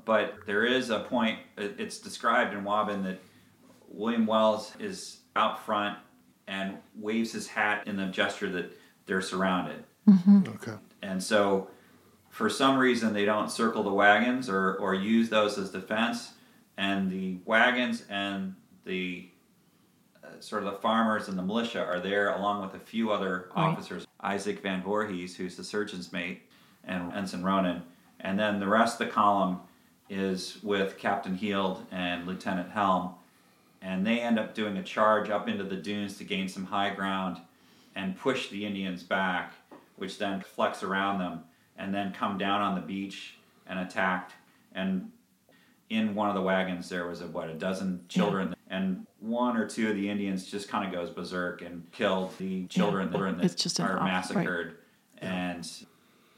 but there is a point. it- It's described in Wabin that William Wells is out front and waves his hat in the gesture that they're surrounded, Okay. and so for some reason they don't circle the wagons or or use those as defense, and the wagons and the sort of the farmers and the militia are there along with a few other officers Isaac Van Voorhees, who's the surgeon's mate, and Ensign Ronan. And then the rest of the column is with Captain Heald and Lieutenant Helm. And they end up doing a charge up into the dunes to gain some high ground and push the Indians back, which then flex around them and then come down on the beach and attacked. And in one of the wagons there was a, what a dozen children and one or two of the indians just kind of goes berserk and killed the children Yeah. that, It's just an are off- right. massacred and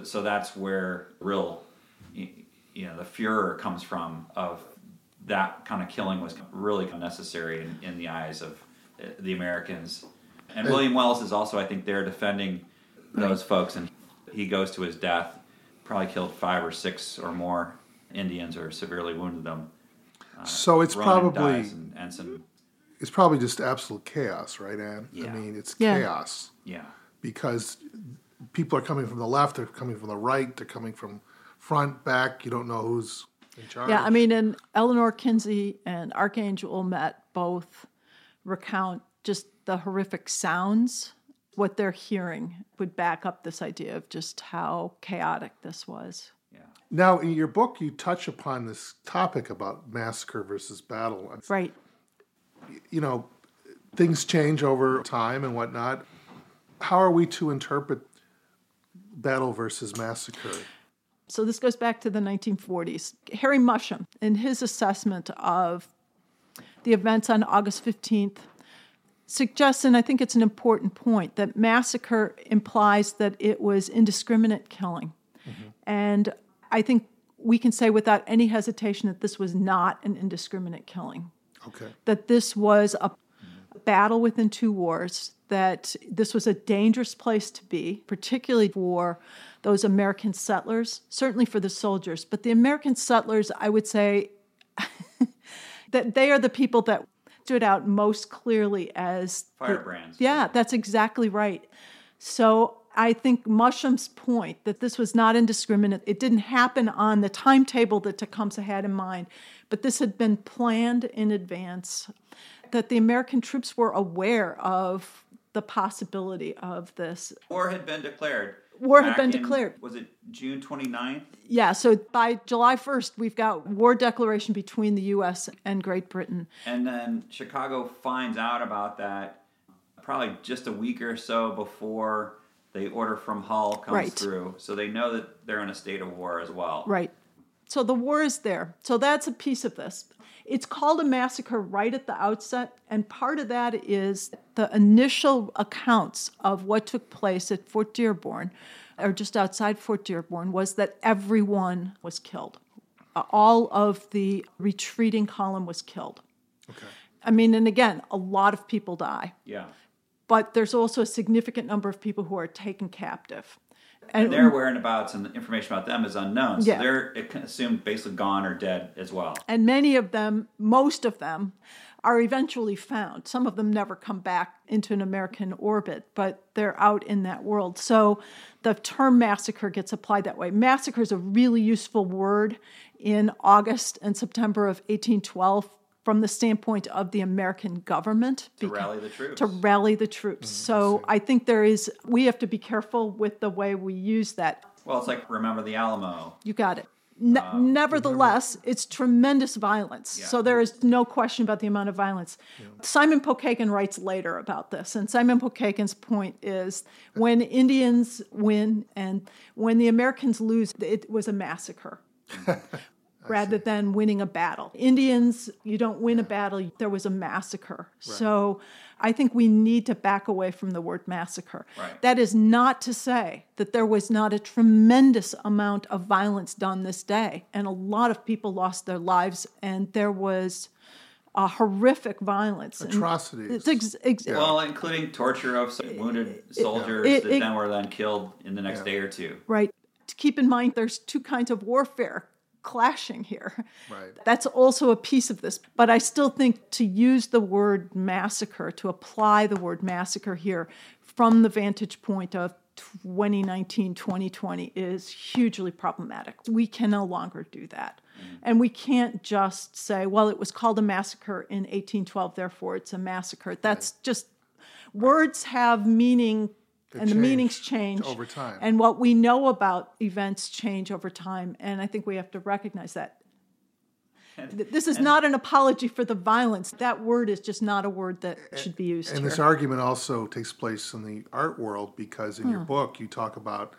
so that's where real y- you know the furor comes from of that kind of killing was really necessary in, in the eyes of uh, the americans and william wells is also i think there defending those folks and he goes to his death probably killed five or six or more indians or severely wounded them so it's Ronan probably dies and Ensign, it's probably just absolute chaos, right, Anne? I Yeah. mean, it's Yeah. chaos yeah, because people are coming from the left, they're coming from the right, they're coming from front, back. You don't know who's in charge. Yeah, I mean, and Eleanor Kinsey and Archangel Olmet both recount just the horrific sounds. What they're hearing would back up this idea of just how chaotic this was. yeah, now in your book, you touch upon this topic about massacre versus battle. Right. You know, things change over time and whatnot. How are we to interpret battle versus massacre? So this goes back to the 1940s. Harry Musham, in his assessment of the events on August 15th, suggests, and I think it's an important point, that massacre implies that it was indiscriminate killing. And I think we can say without any hesitation that this was not an indiscriminate killing Okay. that this was a battle within two wars, that this was a dangerous place to be, particularly for those American settlers, certainly for the soldiers. But the American settlers, I would say, that they are the people that stood out most clearly as the- Firebrands. yeah, that's exactly right. So I think Musham's point that this was not indiscriminate, it didn't happen on the timetable that Tecumseh had in mind, but this had been planned in advance, that the American troops were aware of the possibility of this. War had been declared. War had back been in- declared. Was it June 29th? Yeah, so by July 1st, we've got war declaration between the US and Great Britain. And then Chicago finds out about that probably just a week or so before the order from Hull comes Right. through. So they know that they're in a state of war as well. Right. So the war is there. So that's a piece of this. It's called a massacre right at the outset. And part of that is the initial accounts of what took place at Fort Dearborn, or just outside Fort Dearborn, was that everyone was killed. Uh, All of the retreating column was killed. Okay. I mean, and again, a lot of people die, Yeah. but there's also a significant number of people who are taken captive. And, Their whereabouts and the information about them is unknown. So Yeah. they're assumed basically gone or dead as well. And many of them, most of them, are eventually found. Some of them never come back into an American orbit, but they're out in that world. So the term massacre gets applied that way. Massacre is a really useful word in August and September of 1812 from the standpoint of the American government. To rally the troops. Mm-hmm. To rally the troops. So I think there is, we have to be careful with the way we use that. Well, it's like remember the Alamo. You got it. Ne- nevertheless, it's tremendous violence. So there is no question about the amount of violence. Simon Pokagon writes later about this, and Simon Pokagon's point is when Indians win and when the Americans lose, it was a massacre. Rather than winning a battle, Indians, you don't win a battle, there was a massacre. So I think we need to back away from the word massacre. Right. That is not to say that there was not a tremendous amount of violence done this day, and a lot of people lost their lives, and there was a horrific violence. and- Atrocities. It's ex- ex- Well, including torture of some wounded soldiers it- that it- then were then killed in the next day or two. Right. To keep in mind, there's two kinds of warfare clashing here. Right. That's also a piece of this. But I still think to use the word massacre, to apply the word massacre here from the vantage point of 2019 2020 is hugely problematic. We can no longer do that. Mm-hmm. And we can't just say, well, it was called a massacre in 1812, therefore it's a massacre. That's just words have meaning and the change meanings change over time. And what we know about events change over time. And I think we have to recognize that. Th- This is not an apology for the violence. That word is just not a word that should be used And here. this argument also takes place in the art world because in your book you talk about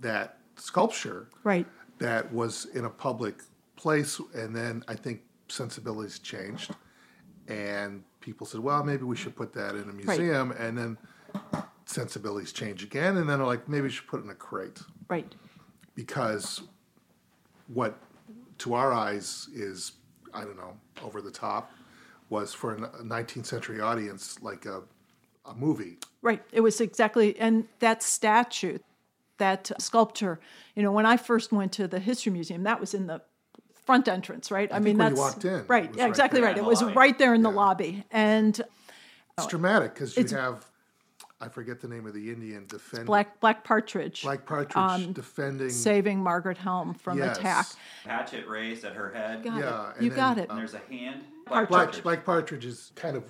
that sculpture right. that was in a public place, and then I think sensibilities changed, and people said, "Well, maybe we should put that in a museum," and then sensibilities change again, and then they're like, "Maybe we should put it in a crate," Right. because what to our eyes is, I don't know, over the top, was for a 19th century audience like a a movie. Right. It was exactly, and that statue, that sculpture, you know, when I first went to the History Museum, that was in the front entrance, right? I, mean, when you that's walked in, right. it was Yeah, right exactly there right. in It the was lobby. right there in the lobby. And It's dramatic because you It's- have, I forget the name of the Indian defending Black, Black Partridge Black Partridge defending saving Margaret Helm from Yes. attack. Hatchet raised at her head. Got Yeah, it. and You then, got it. uh, And there's a hand. Black, Black Partridge is kind of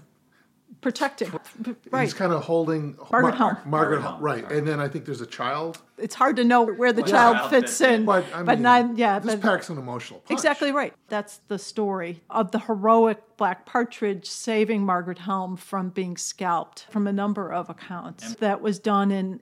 Protecting. he's Right. kind of holding Margaret Helm. Margaret Margaret Helm, Helm, right? And then I think there's a child, It's hard to know where the Well, child child fits fits in. in, but I mean, not yeah. This but- packs an emotional punch. Exactly right. That's the story of the heroic Black Partridge saving Margaret Helm from being scalped from a number of accounts. That was done in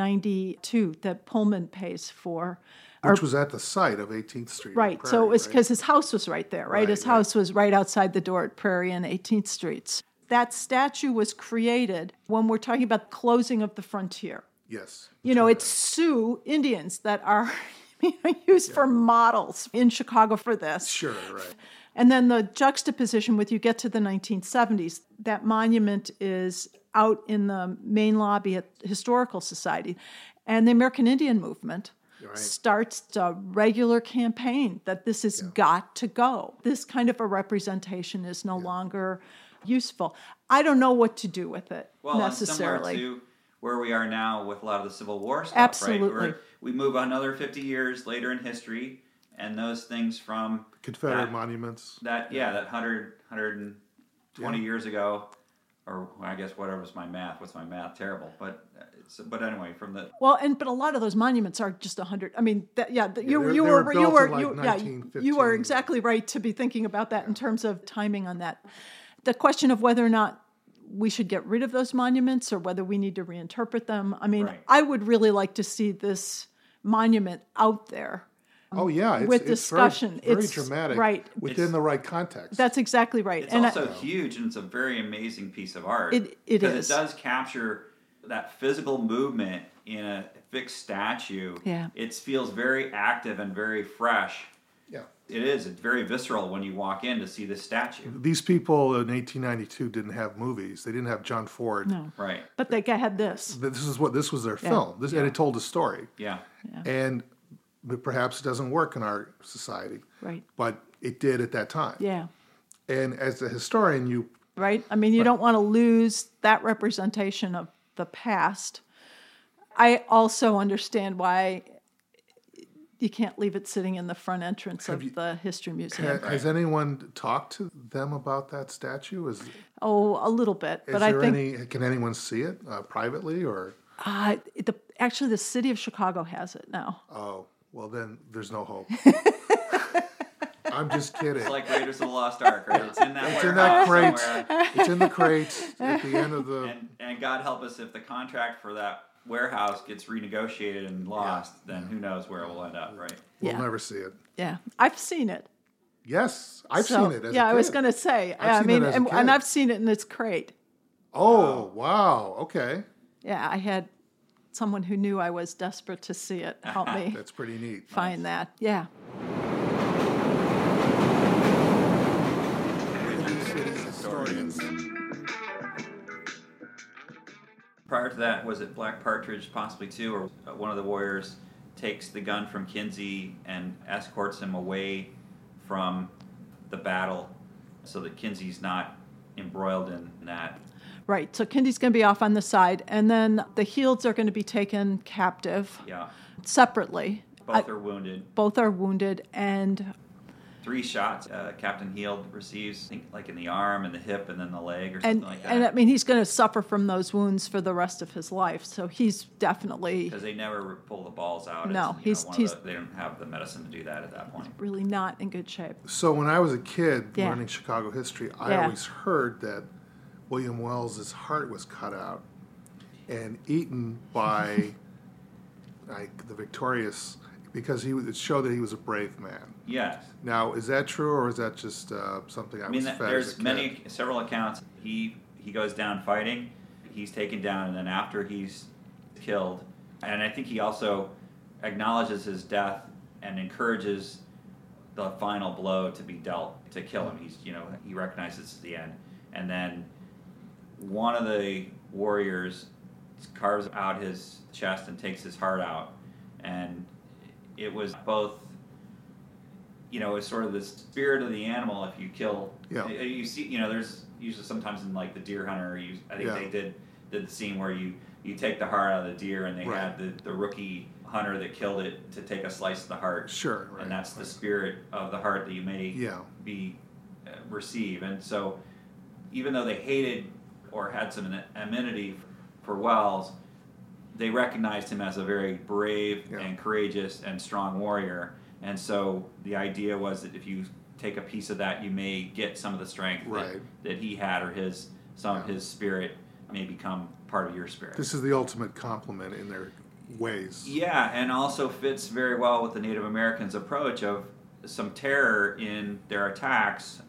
1892 that Pullman pays for. which was at the site of 18th Street, and Right. so Prairie, it was right? because his house was right there, right? Right, his right. house was right outside the door at Prairie and 18th Streets. That statue was created when we're talking about closing of the frontier yes, you know, it's Sioux Indians that are you know, used for models in Chicago for this. sure, right. And then the juxtaposition with you get to the 1970s, that monument is out in the main lobby at Historical Society. And the American Indian Movement starts a regular campaign that this has got to go. This kind of a representation is no longer useful. I don't know what to do with it Well, and similar necessarily. to where we are now with a lot of the Civil War stuff, Absolutely. right? Where we move another 50 years later in history, and those things from Confederate that, monuments. that yeah, that 100, 120 years ago, or I guess whatever was my math. What's my math? Terrible, but uh, it's, but anyway, from the Well, and but a lot of those monuments are just hundred. I mean, that, yeah, that you they're- you they were, were you built were in, like, you, yeah, you 1915. are exactly right to be thinking about that in terms of timing on that. The question of whether or not we should get rid of those monuments or whether we need to reinterpret them. I mean, Right. I would really like to see this monument out there. Oh yeah, it's, Um, With it's discussion, very, very it's- dramatic, right. Within It's- the right context. That's exactly right. It's I- also huge and it's a very amazing piece of art. It- it 'Cause is. It does capture that physical movement in a fixed statue. Yeah. It feels very active and very fresh. yeah. It is. It's very visceral when you walk in to see this statue. These people in 1892 didn't have movies. They didn't have John Ford. no, Right. but they had this. This is what this was their film. This, and it told a story. Yeah. and but perhaps it doesn't work in our society Right. but it did at that time Yeah. and as a historian you right? I mean, you don't want to lose that representation of the past. I also understand why you can't leave it sitting in the front entrance of the history museum. has anyone talked to them about that statue is, is oh, a little bit, but I there think any can anyone see it uh, privately or uh, the, actually the city of Chicago has it now. oh well then there's no hope i'm just kidding It's like Raiders of the Lost Ark, right? It's in that it's in that crate warehouse somewhere. it's in the crate at the end of the And, and God help us if the contract for that warehouse gets renegotiated and lost, then who knows where it will end up, right? we'll yeah. never see it Yeah, I've seen it. yes i've So, seen it as yeah, a I was kid. going to say. i I've seen it mean, as a and, and kid. I've seen it, and it's great. oh wow okay Yeah, I had someone who knew I was desperate to see it help me. that's pretty neat find that. Yeah. Cities historians. Prior to that, was it Black Partridge, possibly too, or uh, one of the warriors takes the gun from Kinsey and escorts him away from the battle so that Kinsey's not embroiled in that. Right. So Kindy's going to be off on the side, and then the Heelds are going to be taken captive Yeah. separately. Both I- are wounded. both are wounded, and Three shots. Uh, Captain Heald receives, I think, like in the arm and the hip and then the leg or something and like and I that. mean he's going to suffer from those wounds for the rest of his life. So he's definitely Because they never pull the balls out. No, you he's- one of he's- the- they don't have the medicine to do that at that point. really not in good shape. So when I was a kid Yeah. learning Chicago history, I Yeah. always heard that William Wells's heart was cut out and eaten by like the victorious because he would it showed that he was a brave man. Yes. Now, is that true or is that just uh, something I, I mean, was that- fed as a there's kid? many, several accounts. He he goes down fighting, he's taken down, and then after he's killed, and I think he also acknowledges his death and encourages the final blow to be dealt to kill him. He's you know he recognizes it's the end, and then one of the warriors carves out his chest and takes his heart out, and it was both you know, is sort of the spirit of the animal. If you kill, Yeah. you- you see, you know, there's usually sometimes in like the deer hunter. You, I think Yeah. they did did the scene where you you take the heart out of the deer, and they Right. had the, the rookie hunter that killed it to take a slice of the heart. Sure, right. and that's the right. spirit of the heart that you may Yeah. be uh, receive. And so, even though they hated or had some an- amenity for Wells, they recognized him as a very brave Yeah. and courageous and strong warrior. And so the idea was that if you take a piece of that, you may get some of the strength that- Right. that, he had, or his some of Yeah. his spirit may become part of your spirit. This is the ultimate compliment in their ways. Yeah, and also fits very well with the Native Americans' approach of some terror in their attacks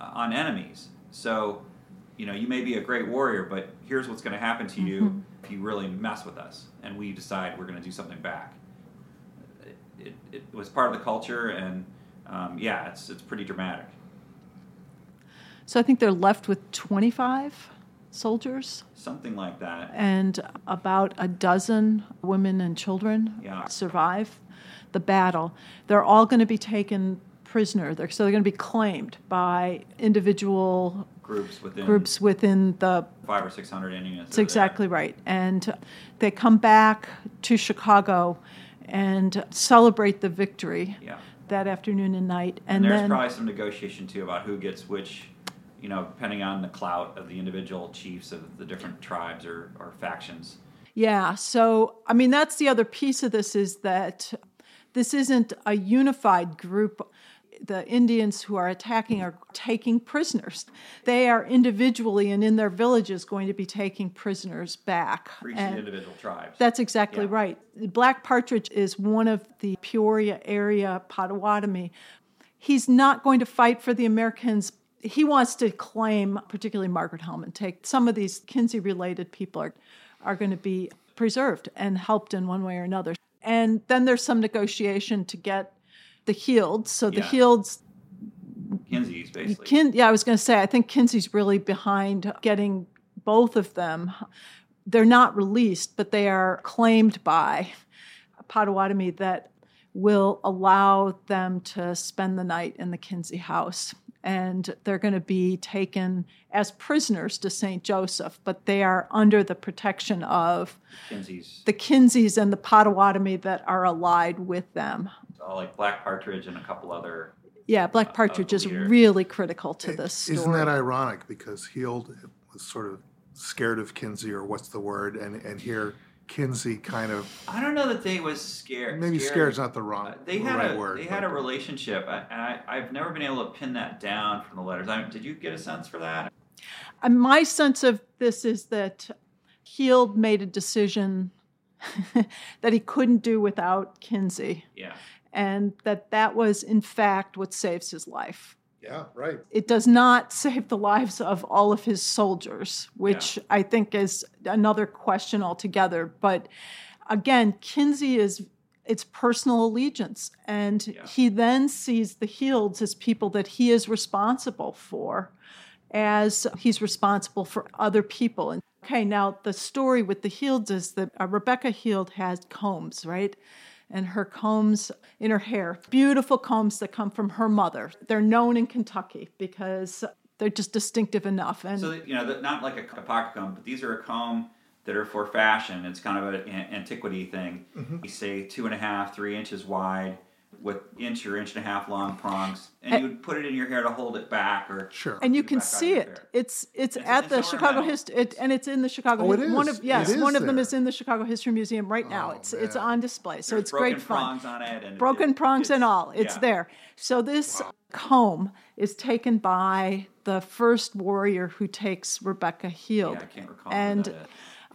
uh, on enemies. So, you know, you may be a great warrior, but here's what's going to happen to you Mm-hmm. if you really mess with us and we decide we're going to do something back. It, it, it was part of the culture, and um, yeah, it's, it's pretty dramatic. So I think they're left with 25 soldiers Something like that. and about a dozen women and children Yeah. survive the battle. They're all going to be taken prisoner. They're, so they're going to be claimed by individual Groups within groups within the five or six hundred Indians. That's exactly right. And they come back to Chicago and celebrate the victory Yeah. that afternoon and night. And, And, there's then, probably some negotiation too about who gets which, you know, depending on the clout of the individual chiefs of the different tribes or, or factions. yeah. So, I mean, that's the other piece of this is that this isn't a unified group. The Indians who are attacking are taking prisoners. They are individually and in their villages going to be taking prisoners back. For each of the And- individual tribes. That's exactly Yeah. right. The Black Partridge is one of the Peoria area Potawatomi. He's not going to fight for the Americans. He wants to claim, particularly Margaret Hellman, take some of these Kinsey related people are, are going to be preserved and helped in one way or another. And then there's some negotiation to get the Healds. So the Yeah. Healds Kinsey's basically. Kin- yeah, I was going to say, I think Kinsey's really behind getting both of them. They're not released, but they are claimed by Potawatomi that will allow them to spend the night in the Kinsey house. And they're going to be taken as prisoners to St. Joseph, but they are under the protection of Kinsey's the Kinseys and the Potawatomi that are allied with them. uh, like Black Partridge and a couple other. Yeah, Black Partridge is leader. really critical to this story. Isn't that ironic? Because Heald was sort of scared of Kinsey, or what's the word? And and here Kinsey kind of I don't know that they was scared. maybe scared's not the wrong Uh, they the had right a word. they had but- a relationship, I- and I, I've never been able to pin that down from the letters. I, did you get a sense for that? And my sense of this is that Heald made a decision that he couldn't do without Kinsey, Yeah, and that that was, in fact, what saves his life. yeah, right. It does not save the lives of all of his soldiers, which I think is another question altogether. But again, Kinsey is it's personal allegiance, and Yeah. he then sees the Healds as people that he is responsible for as he's responsible for other people. And okay, now the story with the Healds is that uh, Rebecca Heald has combs, right? And her combs in her hair, beautiful combs that come from her mother. They're known in Kentucky because they're just distinctive enough. And So that, you know, that- not like a, a pocket comb, but these are a comb that are for fashion. It's kind of an an- antiquity thing. You say two and a half, three inches wide, with inch or inch and a half long prongs, and you would put it in your hair to hold it back, or Sure. and you Back can out see of it. the fair. It's it's It's- at it's the Chicago ornamental. history, it, and it's in the Chicago. Oh, it Hi- One is. of yes, It is one of them there. is in the Chicago History Museum right now. it's it's man. on display, Oh, so There's it's broken great fun. prongs on it, and broken it- prongs and it's- all. It's yeah. there. So this comb is taken by the first warrior who takes Rebecca Heald. Yeah, I can't recall who And that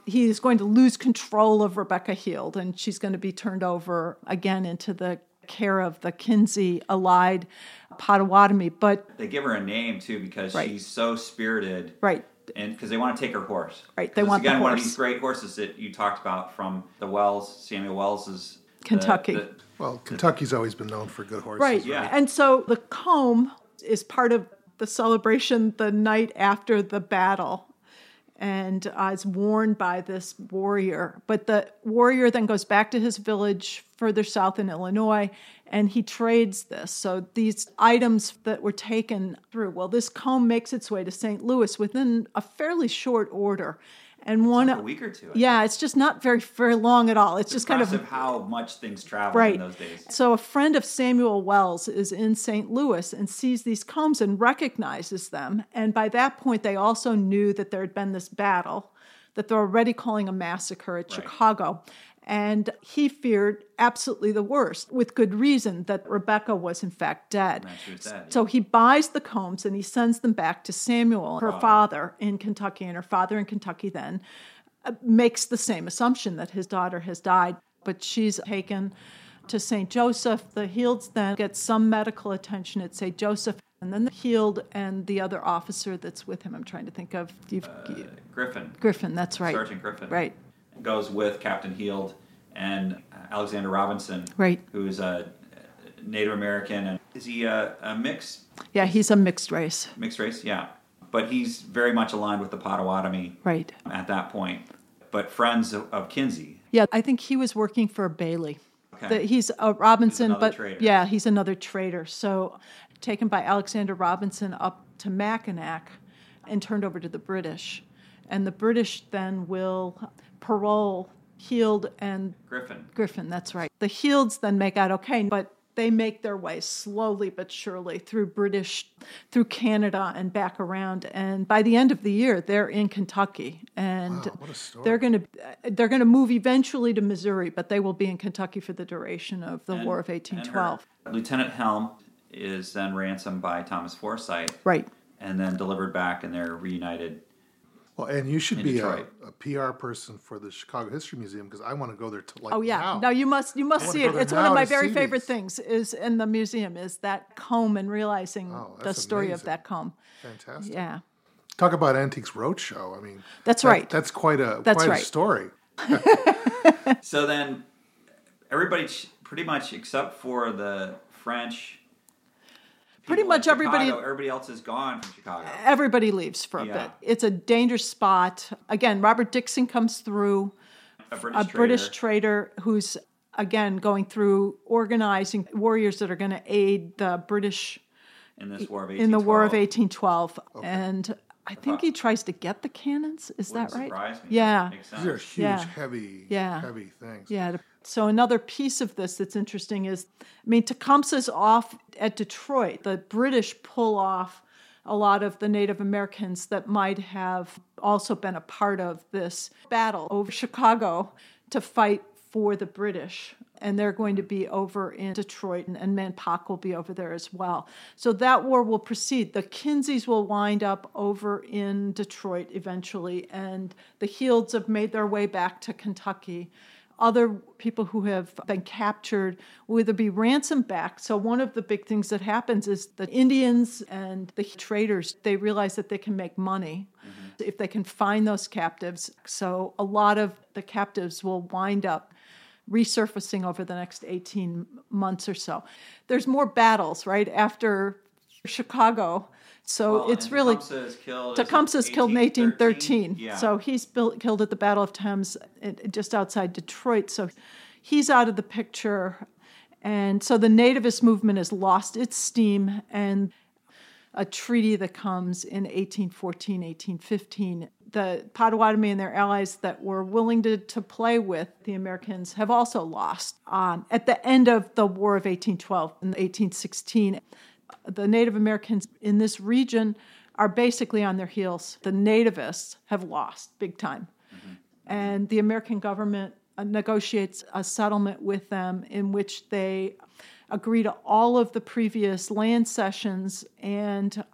is. he is going to lose control of Rebecca Heald, and she's going to be turned over again into the care of the Kinsey allied Potawatomi. But They give her a name too because Right. she's so spirited, right, and because they want to take her horse. Right, they 'Cause it's want the again one of horse. these great horses that you talked about from the Wells, Samuel Wells's the- Kentucky. the- Well, Kentucky's always been known for good horses. Right. Yeah. And so the comb is part of the celebration the night after the battle and uh, is worn by this warrior. But the warrior then goes back to his village further south in Illinois and he trades this. So these items that were taken through, well, this comb makes its way to St. Louis within a fairly short order. And one, a week or two. I yeah, it's just not very very long at all. It's, just kind of Impressive how much things travel Right. in those days. So a friend of Samuel Wells is in St. Louis and sees these combs and recognizes them. And by that point, they also knew that there had been this battle that they're already calling a massacre at Chicago. And he feared absolutely the worst, with good reason, that Rebecca was in fact dead. she was dead, So Oh, he buys the combs and he sends them back to Samuel, her father in Kentucky, and her father in Kentucky then uh, makes the same assumption that his daughter has died, but she's taken to St. Joseph. The Healds then gets some medical attention at St. Joseph, and then the Healed and the other officer that's with him, I'm trying to think of, you've- Griffin, Griffin, that's right. Uh, Sergeant Griffin, Right. goes with Captain Heald and Alexander Robinson, Right. who's a Native American and is he a, a mixed Yeah, he's a mixed race. mixed race? Yeah, but he's very much aligned with the Potawatomi Right. at that point, but friends of, of Kinsey. Yeah, I think he was working for Bailey. Okay. The- he's a Robinson, another but traitor. yeah, he's another traitor. So taken by Alexander Robinson up to Mackinac and turned over to the British. And the British then will parole Heald and Griffin. Griffin, that's right. The Healds then make out okay, but they make their way slowly but surely through British, through Canada, and back around. And by the end of the year, they're in Kentucky, and what a story. they're going to they're going to move eventually to Missouri, but they will be in Kentucky for the duration of the and- War of and her- 1812. Lieutenant Helm is then ransomed by Thomas Forsyth, Right. and then delivered back, and they're reunited. Well, and you should be a, Detroit. a PR person for the Chicago History Museum because I want to go there to like Oh yeah. now. Now you must you must wanna see go it. there It's one of now my to very see favorite these. things is in the museum is that comb and realizing Oh, the that's story of amazing. that comb. Fantastic. Yeah. Talk about Antiques Roadshow. I mean, That's that- right. That's quite a That's quite right. a story. So then, everybody ch- pretty much except for the French. Pretty people in much everybody- Chicago, everybody else is gone from Chicago. everybody leaves for a Yeah. bit. It's a dangerous spot. Again, Robert Dixon comes through, A British, a British trader. trader who's again going through organizing warriors that are going to aid the British in this war of 1812. in the War of 1812. And I think he tries to get the cannons. Is that right? Wouldn't surprise me. Yeah. Makes These are sense. huge, Yeah. heavy, Yeah. heavy things. Yeah. So another piece of this that's interesting is, I mean, Tecumseh's off at Detroit. The British pull off a lot of the Native Americans that might have also been a part of this battle over Chicago to fight for the British. And they're going to be over in Detroit, and, and Manpack will be over there as well. So that war will proceed. The Kinseys will wind up over in Detroit eventually, and the Healds have made their way back to Kentucky other people who have been captured will either be ransomed back. So one of the big things that happens is the Indians and the traders they realize that they can make money Mm-hmm. if they can find those captives. So a lot of the captives will wind up resurfacing over the next 18 months or so. There's more battles right after Chicago. So Well, it's and really Tecumseh is killed. is it Tecumseh's killed in 1813. Yeah. So he's built, killed at the Battle of Thames uh, just outside Detroit. So he's out of the picture. And so the nativist movement has lost its steam. And a treaty that comes in 1814, 1815. The Potawatomi and their allies that were willing to, to play with the Americans have also lost. Um, at the end of the War of 1812 and 1816, the Native Americans in this region are basically on their heels. The nativists have lost big time. Mm-hmm. And the American government uh, negotiates a settlement with them in which they agree to all of the previous land cessions and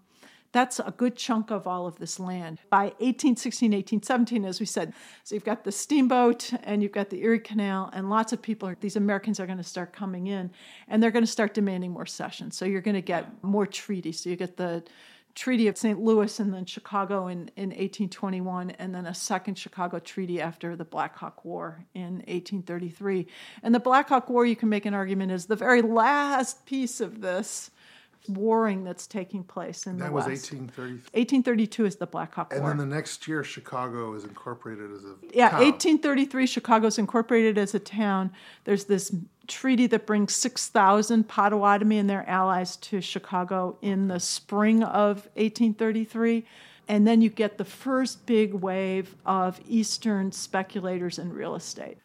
that's a good chunk of all of this land. By 1816, 1817, as we said, so you've got the steamboat and you've got the Erie Canal, and lots of people, are, these Americans are going to start coming in and they're going to start demanding more sessions. So you're going to get more treaties. So you get the Treaty of St. Louis and then Chicago in, in 1821, and then a second Chicago Treaty after the Black Hawk War in 1833. And the Black Hawk War, you can make an argument, is the very last piece of this warring that's taking place in That the was West. 1833. 1832 is the Black Hawk And War. then the next year, Chicago is incorporated as a yeah, town. 1833, Chicago's incorporated as a town. There's this treaty that brings 6,000 Potawatomi and their allies to Chicago in the spring of 1833. And then you get the first big wave of Eastern speculators in real estate.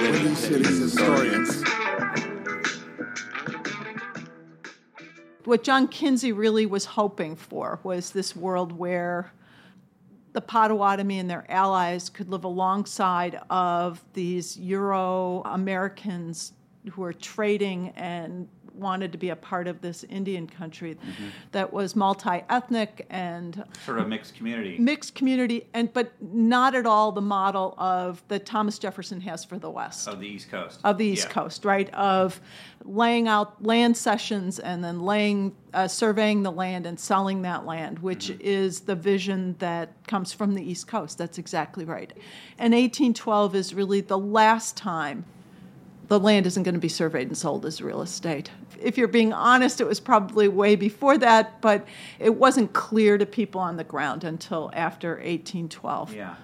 Winning Cities Historians. What John Kinsey really was hoping for was this world where the Potawatomi and their allies could live alongside of these Euro Americans who were trading and wanted to be a part of this Indian country that was multi ethnic and Sort of mixed community. mixed community, and but not at all the model of that Thomas Jefferson has for the West of the East Coast. of the East Yeah. Coast, right? Of laying out land sessions and then laying, uh, surveying the land and selling that land, which Mm-hmm. is the vision that comes from the East Coast. That's exactly right. And 1812 is really the last time the land isn't going to be surveyed and sold as real estate. If you're being honest, it was probably way before that, but it wasn't clear to people on the ground until after 1812. Yeah.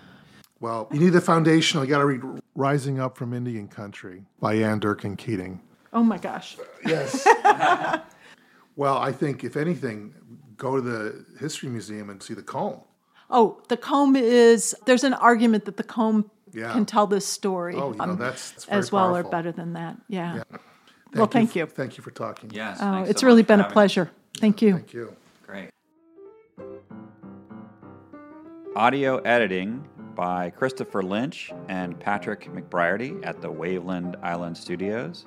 Well, you need the foundational. You got to read Rising Up from Indian Country by Ann Durkin Keating. Oh my gosh. Yes. well, I think if anything, go to the History Museum and see the comb. Oh, the comb is. There's an argument that the comb Yeah. can tell this story Um, Oh, you know, that's- that's very as well powerful. or better than that. Yeah. well, thank you. Thank you for talking. Yes. Oh, thanks so it's really much for been a having us. pleasure. Thank you. Thank you. Great. Audio editing by Christopher Lynch and Patrick McBriarty at the Waveland Island Studios.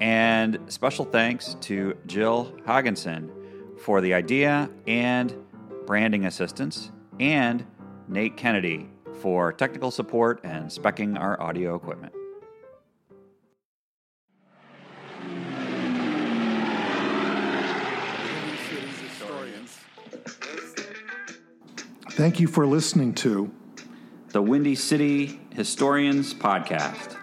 And special thanks to Jill Hogginson for the idea and branding assistance, and Nate Kennedy for technical support and specking our audio equipment. Winning Cities Historians. Thank you for listening to. The Windy City Historians Podcast.